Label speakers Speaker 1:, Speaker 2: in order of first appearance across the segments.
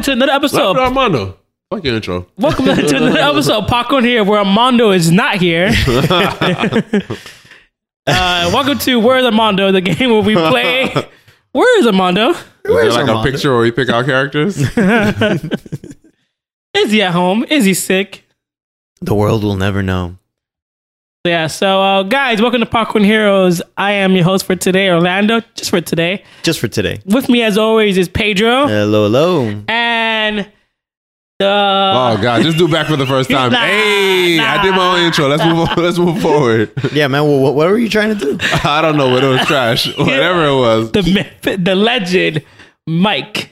Speaker 1: to another episode.
Speaker 2: Dr. Armando. Fuck your intro.
Speaker 1: Welcome to another episode of Popcorn Here, where Armando is not here. uh, welcome to Where's Armando, the game where we play Where is Armando?
Speaker 2: Is
Speaker 3: Where's
Speaker 2: there like
Speaker 3: Armando?
Speaker 2: a picture where we pick our characters?
Speaker 1: Is he at home? Is he sick?
Speaker 3: The world will never know.
Speaker 1: Yeah, so uh, guys, welcome to Popcorn Heroes. I am your host for today, Orlando, just for today.
Speaker 3: Just for today.
Speaker 1: With me, as always, is Pedro
Speaker 3: Hello, hello.
Speaker 1: and the.
Speaker 2: oh god, just do back for the first time.
Speaker 1: Nah,
Speaker 2: hey, I did my own intro. Let's move. On, let's move forward.
Speaker 3: Yeah, man. Well, what, what were you trying to do?
Speaker 2: I don't know, but it was trash. Whatever it was.
Speaker 1: the myth, the legend, Mike.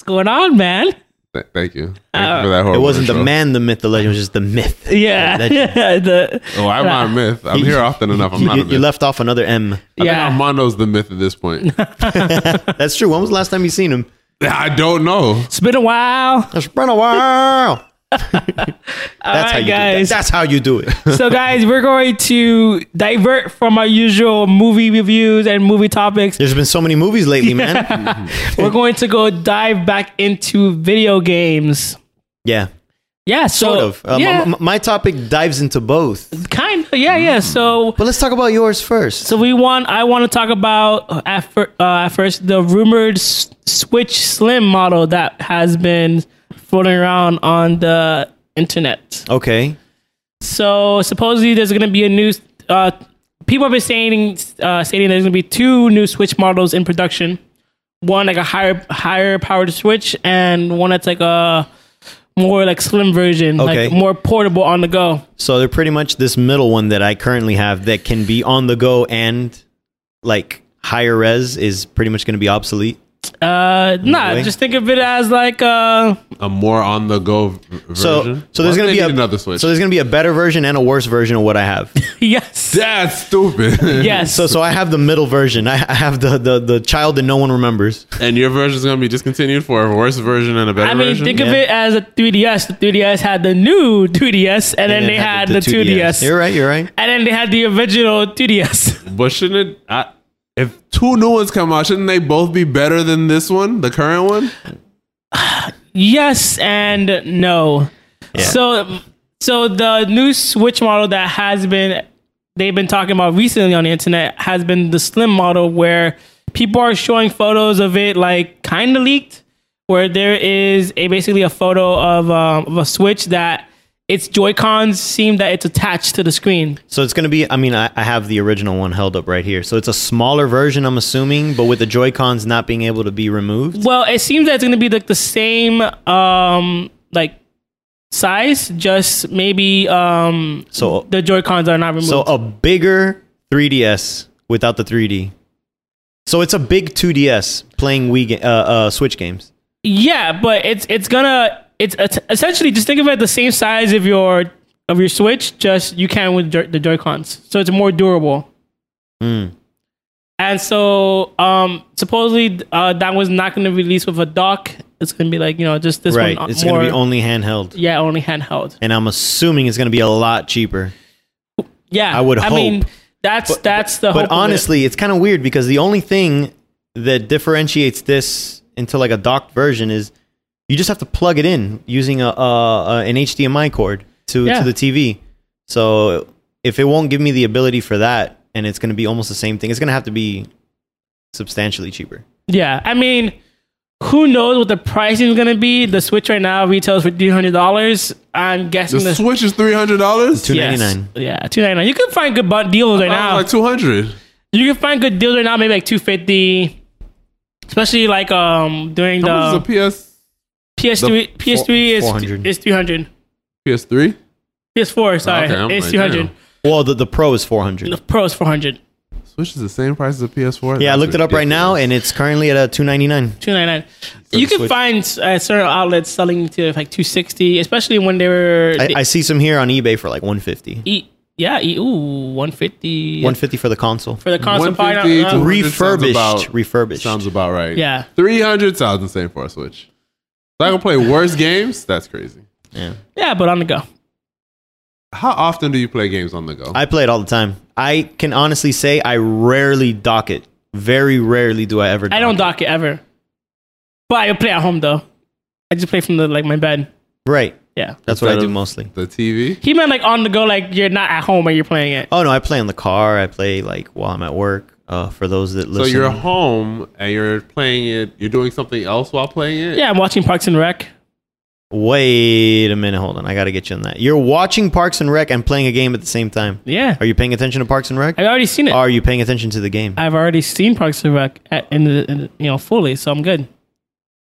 Speaker 1: What's going on, man?
Speaker 2: Th- Thank you. Thank you for that horrible
Speaker 3: Oh. It wasn't the
Speaker 2: intro.
Speaker 3: man, the myth, the legend. It was just the myth.
Speaker 1: Yeah,
Speaker 3: legend.
Speaker 1: the,
Speaker 2: Oh, I'm not a myth. I'm here often enough. I'm
Speaker 3: You,
Speaker 2: not a
Speaker 3: you
Speaker 2: myth.
Speaker 3: left off another M.
Speaker 2: I think
Speaker 1: yeah.
Speaker 2: Armando's the myth at this point.
Speaker 3: That's true. When was the last time you seen him?
Speaker 2: I don't know.
Speaker 1: It's been a while.
Speaker 3: It's been a while. That's how
Speaker 1: right,
Speaker 3: you do it.
Speaker 1: guys.
Speaker 3: That's how you do it.
Speaker 1: So, guys, we're going to divert from our usual movie reviews and movie topics.
Speaker 3: There's been so many movies lately, man.
Speaker 1: We're going to go dive back into video games.
Speaker 3: Yeah,
Speaker 1: Yeah, so
Speaker 3: sort of. um, Uh, my-
Speaker 1: yeah,
Speaker 3: my, my topic dives into both.
Speaker 1: kind of. Yeah,
Speaker 3: Mm.
Speaker 1: yeah. So,
Speaker 3: But let's talk about yours first.
Speaker 1: so we want. I want to talk about at, fir- uh, at first the rumored S- Switch Slim model that has been floating around on the internet.
Speaker 3: Okay.
Speaker 1: So supposedly there's going to be a new. Uh, people have been saying uh, stating there's going to be two new Switch models in production. One like a higher higher powered Switch, and one that's like a more like slim version,
Speaker 3: Okay.
Speaker 1: like more portable on the go.
Speaker 3: So they're pretty much this middle one that I currently have that can be on the go and like higher res is pretty much going to be obsolete.
Speaker 1: Uh, nah,
Speaker 3: Really?
Speaker 1: just think of it as like uh,
Speaker 2: A more on the go v- version.
Speaker 3: So so there's
Speaker 2: Why do
Speaker 3: going to
Speaker 2: they
Speaker 3: be a,
Speaker 2: need another switch.
Speaker 3: So there's going to be a better version and a worse version of what I have.
Speaker 1: yes,
Speaker 2: That's stupid.
Speaker 1: yes.
Speaker 3: so so I have the middle version. I, I have the, the the child that no one remembers.
Speaker 2: And your version is going to be discontinued for a worse version and a better
Speaker 1: I mean,
Speaker 2: version.
Speaker 1: think of
Speaker 3: Yeah.
Speaker 1: it as a 3DS. The 3DS had the new 3DS, and, then
Speaker 3: And
Speaker 1: they
Speaker 3: it
Speaker 1: had, the, 2DS,
Speaker 3: You're right. You're right.
Speaker 1: and then they had the original 2DS.
Speaker 2: but shouldn't it? I, if two new ones come out, shouldn't they both be better than this one, the current one?
Speaker 1: yes and no. So, so the new Switch model that has been they've been talking about recently on the internet has been the slim model, where people are showing photos of it, like kind of leaked, where there is a basically a photo of, um, of a Switch that its Joy Cons seem that it's attached to the screen.
Speaker 3: So it's going to be. I mean, I, I have the original one held up right here. So it's a smaller version, I'm assuming, but with the Joy Cons not being able to be removed.
Speaker 1: Well, it seems that it's going to be like the same, um, like size, just maybe um,
Speaker 3: So
Speaker 1: the Joy Cons are not removed.
Speaker 3: So a bigger 3DS without the 3D. So it's a big 2DS playing Wii ga- uh, uh, Switch games.
Speaker 1: Yeah, but it's it's gonna it's, it's essentially just think of it the same size of your of your Switch, just you can with Joy- the Joy Cons, so it's more durable.
Speaker 3: Mm.
Speaker 1: And so, um, supposedly uh, that was not going to release with a dock. It's going to be like you know just this
Speaker 3: Right.
Speaker 1: one. uh,
Speaker 3: It's
Speaker 1: more,
Speaker 3: going to be only handheld.
Speaker 1: yeah, only handheld.
Speaker 3: And I'm assuming it's going to be a lot cheaper.
Speaker 1: Yeah,
Speaker 3: I would
Speaker 1: I
Speaker 3: hope.
Speaker 1: mean, that's that's the hope
Speaker 3: But
Speaker 1: of it.
Speaker 3: honestly, it's kind of weird because the only thing that differentiates this into like a docked version is you just have to plug it in using a, a, a an HDMI cord to,
Speaker 1: Yeah.
Speaker 3: to the TV. So if it won't give me the ability for that, and it's going to be almost the same thing, it's going to have to be substantially cheaper.
Speaker 1: Yeah, I mean, who knows what the pricing is going to be? The Switch right now retails for three hundred dollars. I'm
Speaker 2: The
Speaker 1: guessing the,
Speaker 2: Switch is $300?
Speaker 3: Two
Speaker 1: Yes.
Speaker 3: ninety nine.
Speaker 1: Yeah, two ninety nine. You can find good bu- deals right now.
Speaker 2: Oh, Like 200
Speaker 1: you can find good deals right now, maybe like two fifty. Especially like um during
Speaker 2: How
Speaker 1: the
Speaker 2: much is
Speaker 1: PS3 PS3
Speaker 3: four
Speaker 1: is
Speaker 3: hundred?
Speaker 1: is three hundred.
Speaker 2: a PS? PS3?
Speaker 1: PS4, sorry,
Speaker 2: Okay, I'm
Speaker 1: it's
Speaker 2: like,
Speaker 1: two hundred.
Speaker 2: damn.
Speaker 3: Well, the, the Pro is four hundred.
Speaker 1: The Pro is 400.
Speaker 2: Switch is the same price as a PS4?
Speaker 3: Yeah, I
Speaker 2: That's
Speaker 3: looked it up right now,
Speaker 2: ridiculous.
Speaker 3: and it's currently at a two ninety nine.
Speaker 1: 299. you can
Speaker 3: Switch-
Speaker 1: find uh, certain outlets selling to like 260, especially when they were
Speaker 3: I, I see some here on eBay for like one fifty.
Speaker 1: e- yeah, e- ooh, 150
Speaker 3: One fifty for the console.
Speaker 1: for the console part.
Speaker 2: 150
Speaker 1: uh,
Speaker 2: to-
Speaker 3: Refurbished.
Speaker 2: sounds about-
Speaker 3: refurbished.
Speaker 2: Sounds about right.
Speaker 1: Yeah.
Speaker 2: 300 sounds insane for a Switch. If I can play worse games, that's crazy.
Speaker 3: yeah.
Speaker 1: yeah, but on the go.
Speaker 2: How often do you play games on the go?
Speaker 3: I play it all the time. I can honestly say I rarely dock it. Very rarely do I ever.
Speaker 1: I don't dock it ever. But I play at home though. I just play from the like my bed.
Speaker 3: Right.
Speaker 1: Yeah.
Speaker 3: That's what I
Speaker 2: Instead
Speaker 3: do
Speaker 2: of-
Speaker 3: mostly.
Speaker 2: The TV.
Speaker 1: He meant like on the go, like you're not at home and you're playing it.
Speaker 3: Oh no, I play in the car. I play like while I'm at work. Uh, for those that
Speaker 2: So
Speaker 3: listen,
Speaker 2: you're home and you're playing it. You're doing something else while playing it.
Speaker 1: Yeah, I'm watching Parks and Rec.
Speaker 3: wait a minute, hold on. I gotta get you on that. You're watching Parks and Rec and playing a game at the same time.
Speaker 1: Yeah,
Speaker 3: Are you paying attention to Parks and Rec?
Speaker 1: I've already seen it.
Speaker 3: Are you paying attention to the game?
Speaker 1: I've already seen Parks and Rec at, in, the, in the- you know fully, so I'm good.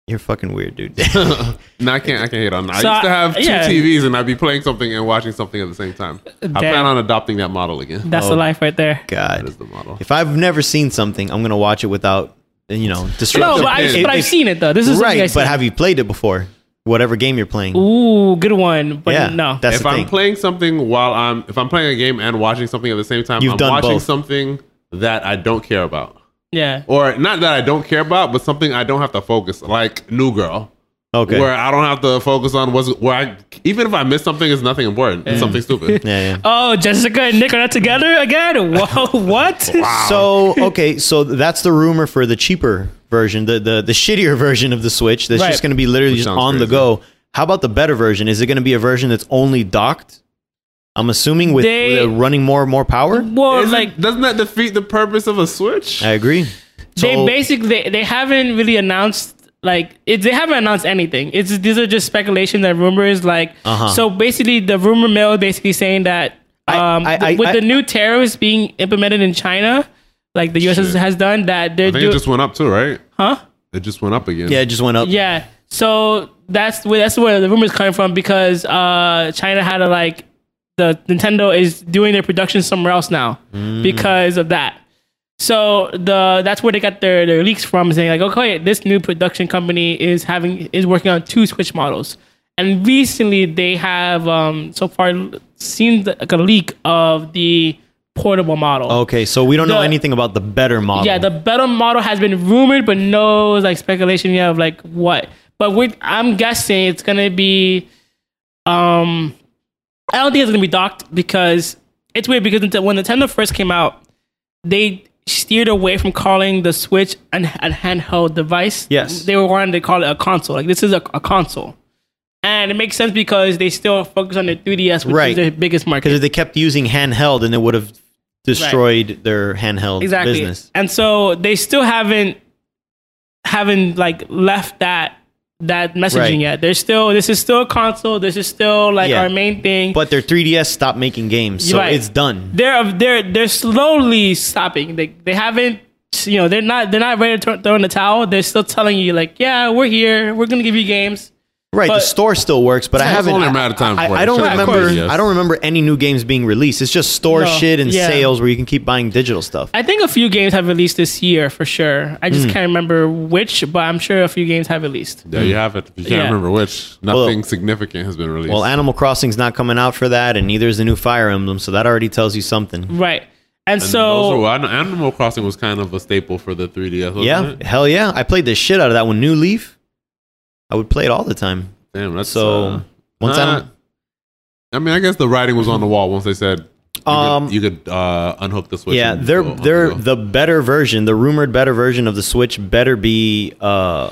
Speaker 3: You're fucking weird, dude.
Speaker 2: No, I can't. I can't hate on that.
Speaker 1: So
Speaker 2: I used to
Speaker 1: I-
Speaker 2: have two
Speaker 1: yeah.
Speaker 2: TVs and I'd be playing something and watching something at the same time. I plan on adopting that model again.
Speaker 1: That's the
Speaker 3: Oh.
Speaker 1: life right there.
Speaker 2: That
Speaker 3: God,
Speaker 2: is the model.
Speaker 3: if I've never seen something, I'm gonna watch it without you know
Speaker 1: No,
Speaker 3: disruption.
Speaker 1: but, I,
Speaker 2: If-
Speaker 1: but I've
Speaker 3: if-
Speaker 1: seen it though. This is something
Speaker 3: right,
Speaker 1: I've
Speaker 3: but
Speaker 1: seen.
Speaker 3: have you played it before? Whatever game you're playing.
Speaker 1: Ooh, good one. But
Speaker 3: yeah,
Speaker 1: no,
Speaker 3: that's
Speaker 2: If
Speaker 3: the
Speaker 2: I'm
Speaker 3: thing.
Speaker 2: playing something while I'm, if I'm playing a game and watching something at the same time,
Speaker 3: You've
Speaker 2: I'm
Speaker 3: done
Speaker 2: watching
Speaker 3: both.
Speaker 2: something that I don't care about,
Speaker 1: yeah.
Speaker 2: or not that I don't care about, but something I don't have to focus. Like New Girl,
Speaker 3: okay.
Speaker 2: where I don't have to focus on what's where I. Even if I miss something, it's nothing important. It's something stupid.
Speaker 3: yeah, yeah.
Speaker 1: Oh, Jessica and Nick are not together again. Whoa, what?
Speaker 3: So okay, so that's the rumor for the cheaper version, the the, the shittier version of the Switch. That's
Speaker 1: Right.
Speaker 3: just going to be literally just
Speaker 2: sounds
Speaker 3: on the
Speaker 2: crazy.
Speaker 3: go. How about the better version? Is it going to be a version that's only docked? I'm assuming with
Speaker 1: They-
Speaker 3: uh, running more more power.
Speaker 1: Well,
Speaker 2: Isn't-
Speaker 1: like
Speaker 2: doesn't that defeat the purpose of a Switch?
Speaker 3: I agree.
Speaker 1: they
Speaker 3: So-
Speaker 1: basically they, they haven't really announced like it, they haven't announced anything. It's these are just speculations and rumors. Like
Speaker 3: Uh-huh.
Speaker 1: so, basically, the rumor mill basically saying that
Speaker 3: I-
Speaker 1: um,
Speaker 3: I-
Speaker 1: th-
Speaker 3: I-
Speaker 1: with
Speaker 3: I-
Speaker 1: the new tariffs being implemented in China, like the U.S. Has,
Speaker 2: Shit.
Speaker 1: has done that,
Speaker 2: I
Speaker 1: they're
Speaker 2: think it
Speaker 1: doing
Speaker 2: just went up too, right?
Speaker 1: huh?
Speaker 2: It just went up again.
Speaker 3: yeah, it just went up.
Speaker 1: Yeah. So that's where that's where the rumors coming from because uh, China had to like the Nintendo is doing their production somewhere else now because of that. So the that's where they got their, their leaks from saying like okay this new production company is having is working on two Switch models and recently they have um, so far seen the, like a leak of the portable model.
Speaker 3: Okay, so we don't know
Speaker 1: The-
Speaker 3: anything about the better model.
Speaker 1: Yeah, the better model has been rumored, but no like speculation yet of like what. But we I'm guessing it's gonna be. Um, I don't think it's gonna be docked because it's weird because Nite- when Nintendo first came out, they steered away from calling the Switch an, a handheld device.
Speaker 3: Yes.
Speaker 1: they were wanting to call it a console. Like this is a, a console. And it makes sense because they still focus on the 3DS, which
Speaker 3: Right.
Speaker 1: is their biggest market.
Speaker 3: because if they kept using handheld, then it would have destroyed their handheld
Speaker 1: exactly
Speaker 3: business.
Speaker 1: and so they still haven't haven't like left that that messaging
Speaker 3: Right.
Speaker 1: yet they're still this is still a console this is still like
Speaker 3: Yeah.
Speaker 1: our main thing
Speaker 3: But their 3DS stopped making games, so
Speaker 1: Right.
Speaker 3: it's done.
Speaker 1: they're they're they're slowly stopping they they haven't you know they're not they're not ready to throw- throw in the towel they're still telling you like yeah we're here we're gonna give you games
Speaker 3: Right, the
Speaker 1: But-
Speaker 3: store still works, but I
Speaker 2: It's
Speaker 3: haven't.
Speaker 2: only a
Speaker 3: I-
Speaker 2: matter of time
Speaker 3: I,
Speaker 2: before
Speaker 3: I
Speaker 2: it
Speaker 3: don't
Speaker 2: shuts down.
Speaker 3: remember.
Speaker 2: Yes.
Speaker 3: I don't remember any new games being released. It's just store
Speaker 1: No,
Speaker 3: shit and
Speaker 1: yeah.
Speaker 3: sales where you can keep buying digital stuff.
Speaker 1: i think a few games have released this year for sure i
Speaker 3: Hmm.
Speaker 1: just can't remember which but i'm sure a few games have released
Speaker 2: There you have it. If you can't
Speaker 1: Hmm. Yeah.
Speaker 2: remember which, nothing significant has been released.
Speaker 3: Well, Animal Crossing's not coming out for that, and neither is the new Fire Emblem, so that already tells you
Speaker 2: Mm-hmm.
Speaker 3: something.
Speaker 1: right and,
Speaker 2: And
Speaker 1: so
Speaker 2: those were- I know Animal Crossing was kind of a staple for the 3DS. Wasn't
Speaker 3: yeah,
Speaker 2: it?
Speaker 3: hell yeah! I played the shit out of that one. New Leaf, I would play it all the time.
Speaker 2: Damn, that's
Speaker 3: So
Speaker 2: uh,
Speaker 3: once
Speaker 2: not-
Speaker 3: Animal-
Speaker 2: I mean, I guess the writing was on the wall once they said you
Speaker 3: Um,
Speaker 2: could, you could uh, unhook the switch.
Speaker 3: yeah,
Speaker 2: and
Speaker 3: they're
Speaker 2: go on
Speaker 3: they're
Speaker 2: go.
Speaker 3: the better version, the rumored better version of the Switch better be uh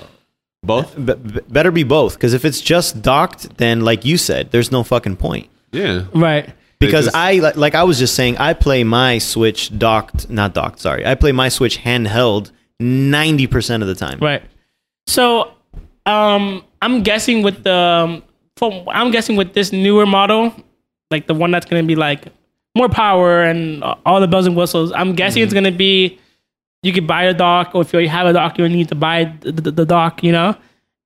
Speaker 2: both.
Speaker 3: b- b- better be both because if it's just docked, then like you said, there's no fucking point.
Speaker 2: Yeah,
Speaker 1: right
Speaker 2: They
Speaker 3: because
Speaker 2: just-
Speaker 3: I li- like I was just saying I play my Switch docked, not docked. Sorry, I play my Switch handheld ninety percent of the time.
Speaker 1: Right. So, um, I'm guessing with the um, from I'm guessing with this newer model, like the one that's gonna be like more power and a- all the bells and whistles. I'm guessing it's gonna be you could buy a dock, or if you already have a dock, you need to buy the, the, the dock. You know,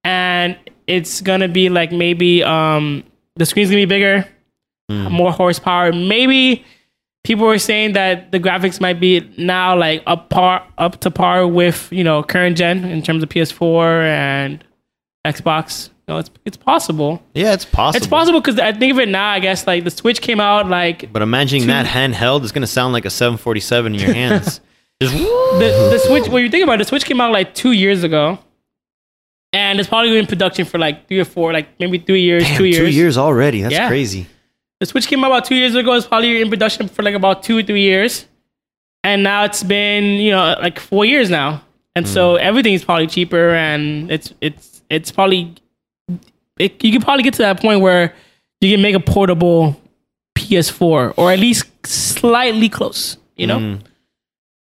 Speaker 1: and it's gonna be like maybe um the screen's gonna be bigger, more horsepower, maybe people were saying that the graphics might be now like up par up to par with you know current gen in terms of PS4 and Xbox. No, it's it's possible.
Speaker 3: Yeah, it's possible.
Speaker 1: It's possible because I think of it now. I guess like the Switch came out like
Speaker 3: But imagining that handheld is going to sound like a seven forty seven in your hands. Just woo-
Speaker 1: the, the Switch. When you think about it, the Switch came out like two years ago, and it's probably been in production for like three or four, like maybe three years,
Speaker 3: Damn,
Speaker 1: two years.
Speaker 3: already. That's
Speaker 1: Yeah.
Speaker 3: crazy.
Speaker 1: The Switch came out about two years ago. It's probably in production for like about two or three years, and now it's been you know like four years now, and so everything's probably cheaper, and it's it's it's probably it, you could probably get to that point where you can make a portable PS4 or at least slightly close, you know.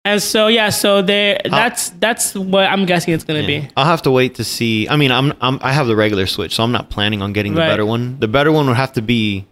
Speaker 1: And so yeah, so there. That's that's what I'm guessing it's gonna be.
Speaker 3: I'll have to wait to see. I mean, I'm, I'm I have the regular Switch, so I'm not planning on getting the
Speaker 1: Right.
Speaker 3: better one. The better one would have to be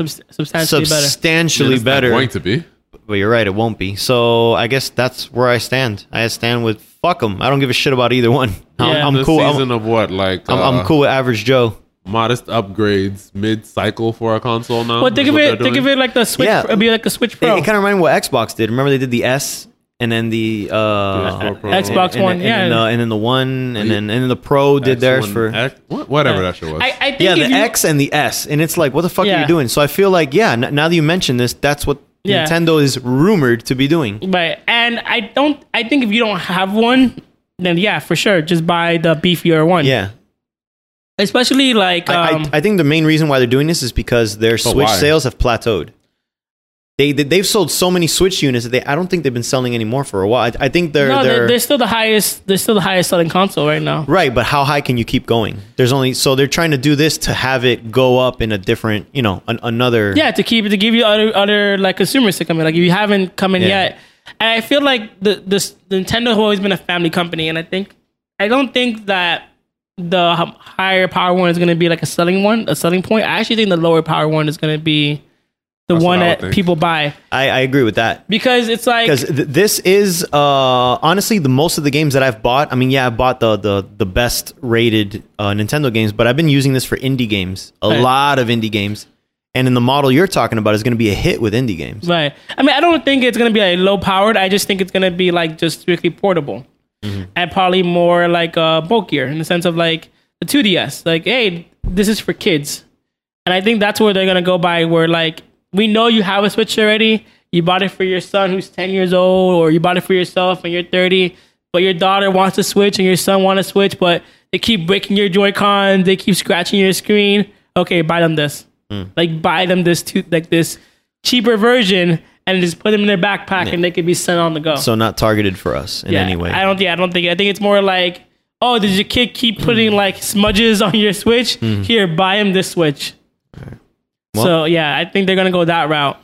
Speaker 1: Subst- substantially better.
Speaker 3: substantially
Speaker 2: It's not
Speaker 3: better.
Speaker 2: Going to be.
Speaker 3: But you're right, it won't be. So I guess that's where I stand. I stand with fuck them. I don't give a shit about either one. I'm-
Speaker 1: Yeah.
Speaker 3: I'm,
Speaker 2: This
Speaker 3: cool. I'm,
Speaker 2: season of what? Like
Speaker 3: I'm,
Speaker 2: uh,
Speaker 3: I'm cool with average Joe.
Speaker 2: modest upgrades mid cycle for a console now.
Speaker 1: Well, think
Speaker 2: is
Speaker 1: of
Speaker 2: what
Speaker 1: it.
Speaker 2: they're
Speaker 1: Think of
Speaker 2: doing?
Speaker 1: it like the Switch.
Speaker 3: Yeah.
Speaker 1: It'd be like a Switch
Speaker 3: It,
Speaker 1: Pro.
Speaker 3: kind of reminded me what Xbox did. Remember they did the S and then the uh,
Speaker 2: PS4 Pro.
Speaker 1: Xbox
Speaker 3: and,
Speaker 1: One,
Speaker 3: and,
Speaker 1: yeah.
Speaker 3: and, uh, and then the one, and then and then the Pro did theirs
Speaker 2: X1,
Speaker 3: for
Speaker 2: X- what- whatever that shit was.
Speaker 1: I, I think
Speaker 3: yeah the
Speaker 1: if you-
Speaker 3: X and the S, and it's like what the fuck are
Speaker 1: Yeah.
Speaker 3: you doing? So I feel like yeah, n- now that you mention this, that's what
Speaker 1: Yeah.
Speaker 3: Nintendo is rumored to be doing.
Speaker 1: Right. And I don't I think if you don't have one, then yeah, for sure. Just buy the beefier one.
Speaker 3: Yeah,
Speaker 1: Especially like
Speaker 3: I-
Speaker 1: um,
Speaker 3: I, I think the main reason why they're doing this is because their Switch
Speaker 2: why?
Speaker 3: sales have plateaued. They, they have sold so many Switch units that they I don't think they've been selling any more for a while. I, I think they're,
Speaker 1: no,
Speaker 3: they're,
Speaker 1: they're, they're still the highest they're still the highest selling console right now.
Speaker 3: right, but how high can you keep going? There's only so they're trying to do this to have it go up in a different you know an, another
Speaker 1: Yeah, to keep to give you other other like consumers to come in. Like if you haven't come in
Speaker 3: Yeah.
Speaker 1: yet. And I feel like the this Nintendo has always been a family company and I think I don't think that the h- higher power one is going to be like a selling one, a selling point. I actually think the lower power one is going to be the
Speaker 2: what
Speaker 1: one
Speaker 2: I would
Speaker 1: that
Speaker 2: think.
Speaker 1: people buy
Speaker 3: I, I agree with that
Speaker 1: because it's like
Speaker 3: because th- this is uh, honestly the most of the games that I've bought. I mean, yeah, I bought the the the best rated uh, Nintendo games, but I've been using this for indie games, a
Speaker 1: Right.
Speaker 3: lot of indie games. And in the model you're talking about is going to be a hit with indie games.
Speaker 1: Right. I mean, I don't think it's gonna be like low powered. I just think it's gonna be like just strictly portable, Mm-hmm. and probably more like uh, bulkier in the sense of like the 2DS. Like, hey, this is for kids, and I think that's where they're gonna go by. Where like we know you have a Switch already. You bought it for your son who's 10 years old, or you bought it for yourself and you're 30. But your daughter wants to switch and your son wants to switch, but they keep breaking your Joy Cons. They keep scratching your screen. Okay, buy them this. Like buy them this to like this cheaper version and just put them in their backpack and they could be sent on the go.
Speaker 3: So not targeted for us in any way.
Speaker 1: I don't think I don't think I think it's more like, oh, did your kid keep putting
Speaker 3: Hmm.
Speaker 1: like smudges on your Switch? Here, buy him this Switch. so yeah, I think they're gonna go that route.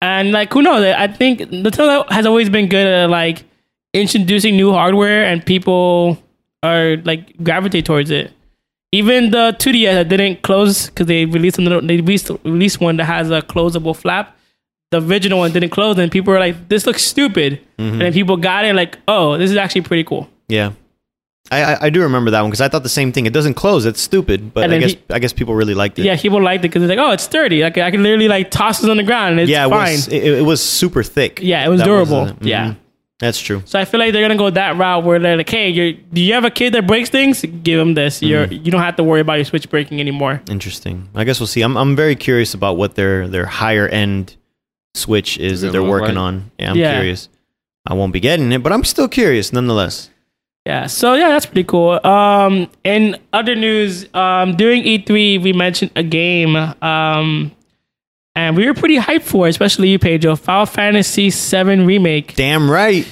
Speaker 1: And like who knows? I think Nintendo has always been good at like introducing new hardware and people are like gravitate towards it. Even the 2DS that didn't close because they released another, they released, released one that has a closable flap. The original one didn't close, and people were like, "This looks stupid,"
Speaker 3: Mm-hmm.
Speaker 1: and then people got it like, "Oh, this is actually pretty cool."
Speaker 3: yeah. I, I, I do remember that one because I thought the same thing. It doesn't close. It's stupid, but
Speaker 1: And
Speaker 3: I
Speaker 1: then
Speaker 3: guess
Speaker 1: he-
Speaker 3: I guess people really liked it.
Speaker 1: Yeah, people liked it because it's like, "Oh, it's sturdy. Like I can literally like toss this on the ground. And it's
Speaker 3: yeah. It
Speaker 1: fine."
Speaker 3: was it, it was super thick.
Speaker 1: Yeah, it was
Speaker 3: That
Speaker 1: durable.
Speaker 3: the- mhm.
Speaker 1: Yeah.
Speaker 3: that's true.
Speaker 1: So I feel like they're gonna go that route where they're like, "Hey, you do you have a kid that breaks things? Give him this. You're-
Speaker 3: Mm-hmm.
Speaker 1: you don't have to worry about your Switch breaking anymore."
Speaker 3: Interesting. I guess we'll see. I'm I'm very curious about what their their higher end switch is that
Speaker 2: it
Speaker 3: they're
Speaker 2: look
Speaker 3: working
Speaker 2: like?
Speaker 3: on. Yeah, I'm
Speaker 1: Yeah.
Speaker 3: curious. I won't be getting it, but I'm still curious nonetheless.
Speaker 1: Yeah. So yeah, that's pretty cool. Um, in other news, um, during E3 we mentioned a game, um, and we were pretty hyped for, it, especially you, Pedro, Final Fantasy VII remake.
Speaker 3: Damn right.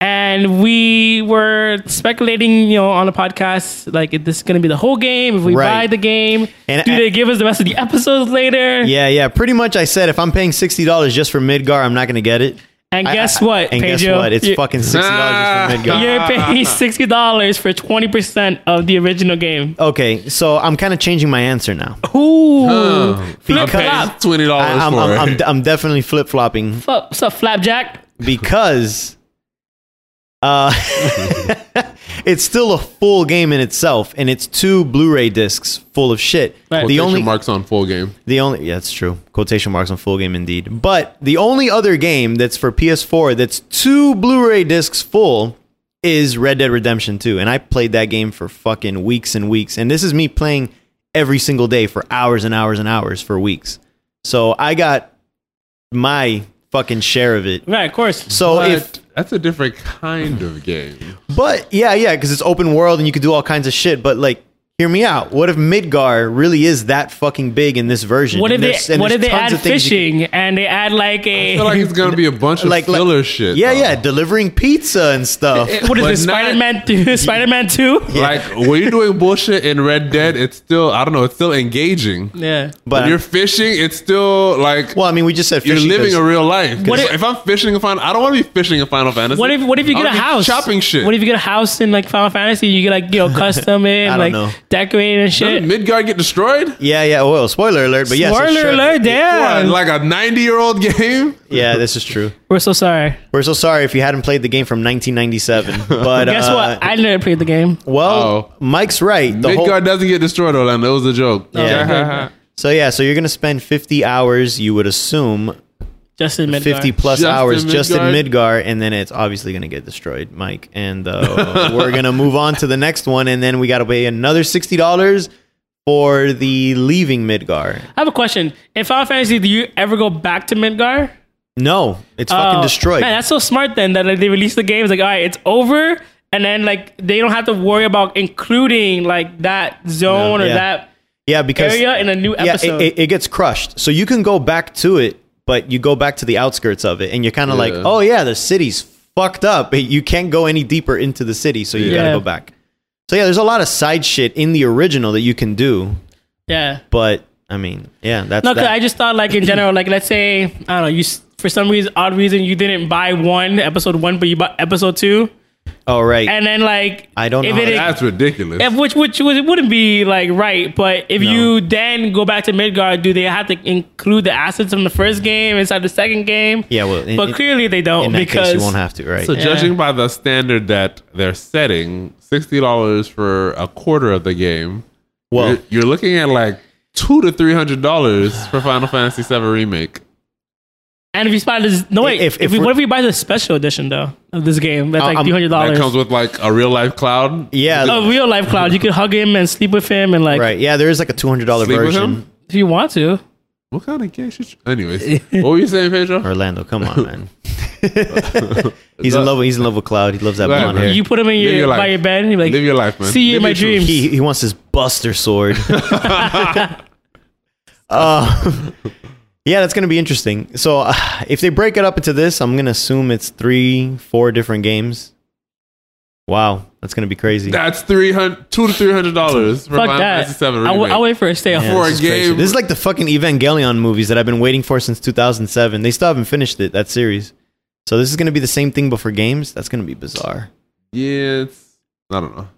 Speaker 1: And we were speculating, you know, on the podcast, like if this is gonna be the whole game, if we
Speaker 3: Right.
Speaker 1: buy the game,
Speaker 3: And
Speaker 1: do
Speaker 3: I-
Speaker 1: they give us the rest of the episodes later?
Speaker 3: Yeah, yeah. Pretty much I said if I'm paying sixty dollars just for Midgar, I'm not gonna get it.
Speaker 1: And
Speaker 3: I-
Speaker 1: guess
Speaker 3: I-
Speaker 1: what,
Speaker 3: And
Speaker 1: Pedro?
Speaker 3: guess what? It's
Speaker 1: You-
Speaker 3: fucking sixty dollars just for
Speaker 2: Ah.
Speaker 3: Midgar.
Speaker 1: You're paying sixty dollars for twenty percent of the original game.
Speaker 3: Okay, so I'm kind of changing my answer now.
Speaker 2: Oh,
Speaker 1: Ooh,
Speaker 2: I'm
Speaker 1: flip
Speaker 2: paying
Speaker 1: flop.
Speaker 2: twenty
Speaker 3: I,
Speaker 2: dollars
Speaker 3: am
Speaker 2: for
Speaker 3: I'm, I'm,
Speaker 2: it.
Speaker 3: I'm definitely flip flopping
Speaker 1: Fuck, What's up, flapjack?
Speaker 3: because uh, it's still a full game in itself, and it's two Blu-ray discs full of shit.
Speaker 1: Right.
Speaker 3: The
Speaker 2: Quotation
Speaker 3: only
Speaker 2: marks on full game.
Speaker 3: The only yeah, that's true. Quotation marks on full game indeed. But the only other game that's for PS4 that's two Blu-ray discs full is Red Dead Redemption 2. And I played that game for fucking weeks and weeks. And this is me playing every single day for hours and hours and hours for weeks. So I got my fucking share of it.
Speaker 1: Right, of course.
Speaker 3: So
Speaker 2: But
Speaker 3: if
Speaker 2: that's a different kind of game.
Speaker 3: but yeah, yeah, because it's open world and you can do all kinds of shit. But like, hear me out. What if Midgar really is that fucking big in this version?
Speaker 1: What if
Speaker 3: And
Speaker 1: they
Speaker 3: there's- and
Speaker 1: what if
Speaker 3: there's
Speaker 1: they add
Speaker 3: tons of things you can-
Speaker 1: fishing and they add like a
Speaker 2: I feel like it's gonna be a bunch of
Speaker 3: Like- like-
Speaker 2: filler shit.
Speaker 3: yeah,
Speaker 2: though.
Speaker 3: yeah, delivering pizza and stuff.
Speaker 1: what is
Speaker 2: but
Speaker 1: this
Speaker 2: not-
Speaker 1: Spider Man Spider Man Two?
Speaker 2: Like when you're doing bullshit in Red Dead, it's still I don't know, it's still engaging.
Speaker 1: Yeah.
Speaker 2: When
Speaker 3: But
Speaker 2: you're fishing, it's still like
Speaker 3: well, I mean, we just said
Speaker 2: you're
Speaker 3: fishing
Speaker 2: living
Speaker 3: 'cause-
Speaker 2: a real life.
Speaker 1: What
Speaker 2: if,
Speaker 1: if-
Speaker 2: I'm fishing in Final, I don't want to be fishing in Final Fantasy.
Speaker 1: What if what if you
Speaker 2: I
Speaker 1: get a
Speaker 2: wanna be
Speaker 1: house?
Speaker 2: chopping shit?
Speaker 1: What if you get a house in like Final Fantasy? You get like you know custom in
Speaker 3: don't
Speaker 1: like
Speaker 3: know.
Speaker 1: decorated and shit.
Speaker 2: Doesn't Midgard get destroyed?
Speaker 3: yeah, yeah. Well, spoiler alert, but yes,
Speaker 1: Spoiler
Speaker 3: sure.
Speaker 1: alert!
Speaker 2: What,
Speaker 1: Damn,
Speaker 2: like a 90 year old game?
Speaker 3: Yeah, this is true.
Speaker 1: we're so sorry.
Speaker 3: We're so sorry if you hadn't played the game from 1997. But
Speaker 1: Guess
Speaker 3: uh,
Speaker 1: what? I never played the game.
Speaker 3: Well,
Speaker 2: Oh.
Speaker 3: Mike's right. The
Speaker 2: Midgard
Speaker 3: whole,
Speaker 2: doesn't get destroyed, Orlando. It was a joke.
Speaker 3: Yeah. so yeah, so you're gonna spend 50 hours, you would assume,
Speaker 1: Just in Midgar.
Speaker 3: 50 plus
Speaker 2: Just in
Speaker 3: hours just in
Speaker 2: Midgard?
Speaker 3: Midgar, and then it's obviously gonna get destroyed, Mike. And uh, we're gonna move on to the next one, and then we gotta pay another 60 dollars for the leaving Midgar.
Speaker 1: I have a question. In Final Fantasy, do you ever go back to Midgar?
Speaker 3: No, it's fucking
Speaker 1: Oh,
Speaker 3: destroyed.
Speaker 1: Man, that's so smart then that like, they release the game. It's like, all right, it's over, and then like they don't have to worry about including like that zone
Speaker 3: No,
Speaker 1: or
Speaker 3: yeah.
Speaker 1: that
Speaker 3: yeah, because
Speaker 1: area in a new
Speaker 3: yeah,
Speaker 1: episode.
Speaker 3: It, it, it gets crushed. So you can go back to it, but you go back to the outskirts of it, and you're kind of like,
Speaker 2: Yeah.
Speaker 3: oh yeah, the city's fucked up. But You can't go any deeper into the city, so you gotta
Speaker 1: Yeah.
Speaker 3: go back. So yeah, there's a lot of side shit in the original that you can do,
Speaker 1: yeah.
Speaker 3: but I mean, yeah, that's
Speaker 1: No, 'cause
Speaker 3: that.
Speaker 1: I just thought like in general, like let's say I don't know, you s- for some reason, odd reason, you didn't buy one episode one, but you bought episode two,
Speaker 3: oh right,
Speaker 1: and then like
Speaker 3: I don't
Speaker 1: if
Speaker 3: know how
Speaker 1: It,
Speaker 2: That's ridiculous.
Speaker 1: if- which which was, it wouldn't be like right, but if you then go back to Midgard, do they have to include the assets from the first game inside the second game?
Speaker 3: Yeah, well, in-
Speaker 1: but
Speaker 3: in-
Speaker 1: clearly they
Speaker 3: in
Speaker 1: don't
Speaker 3: that
Speaker 1: because
Speaker 3: case you won't have to, right?
Speaker 2: So judging by the standard that they're setting, sixty dollars for a quarter of the game.
Speaker 3: Well-
Speaker 2: you're, you're looking at like two to three hundred dollars for Final Fantasy VII remake.
Speaker 1: and if you buy this, no wait,
Speaker 3: If-
Speaker 1: if,
Speaker 3: if
Speaker 1: we,
Speaker 3: we're-
Speaker 1: what if we buy the special edition though of this game that's
Speaker 3: Uh,
Speaker 1: like
Speaker 3: I'm-
Speaker 1: two hundred
Speaker 2: That comes
Speaker 1: dollars,
Speaker 2: with like a real life cloud.
Speaker 3: yeah,
Speaker 1: a real life cloud, you could hug him and sleep with him and like
Speaker 3: right, yeah. There is like a two hundred dollar
Speaker 2: Sleep with
Speaker 3: version.
Speaker 2: him?
Speaker 1: if you want to.
Speaker 2: What kind of gay shit? you- Anyways, what were you saying, Pedro?
Speaker 3: Orlando, come on, man. he's in
Speaker 2: That-
Speaker 3: love. With, he's in love with Cloud. He loves that
Speaker 2: Go ahead,
Speaker 3: blonde
Speaker 2: man.
Speaker 3: hair.
Speaker 1: You put him in
Speaker 2: Live
Speaker 1: your,
Speaker 2: your
Speaker 1: by
Speaker 2: life.
Speaker 1: your bed, and you're like,
Speaker 2: Live your life, man.
Speaker 1: See you in
Speaker 2: Live
Speaker 1: my
Speaker 2: your truth.
Speaker 1: dreams.
Speaker 3: he he wants his Buster sword. Uh, yeah, that's gonna be interesting. So uh, if they break it up into this, I'm gonna assume it's three, four different games. Wow, that's gonna be crazy.
Speaker 2: That's three hundred, two to three hundred dollars for
Speaker 1: Fuck
Speaker 2: Final
Speaker 1: that.
Speaker 2: Fantasy VII
Speaker 1: I
Speaker 2: remake.
Speaker 1: w- I'll wait for a stay
Speaker 3: Yeah,
Speaker 1: home.
Speaker 2: For a
Speaker 3: this, is crazy.
Speaker 2: game-
Speaker 3: this is like the fucking Evangelion movies that I've been waiting for since 2007. They still haven't finished it. That series. So this is gonna be the same thing, but for games. That's gonna be bizarre.
Speaker 2: yeah, it's, I don't know.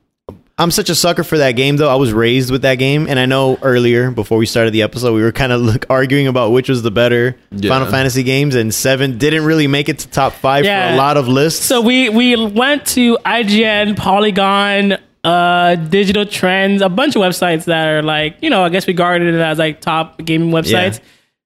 Speaker 3: I'm such a sucker for that game, though. I was raised with that game, and I know earlier before we started the episode, we were kind of like, arguing about which was the better
Speaker 2: Yeah.
Speaker 3: Final Fantasy games, and seven didn't really make it to top five for
Speaker 1: Yeah.
Speaker 3: a lot of lists.
Speaker 1: So we we went to IGN, Polygon, uh, Digital Trends, a bunch of websites that are like, you know, I guess regarded as like top gaming websites.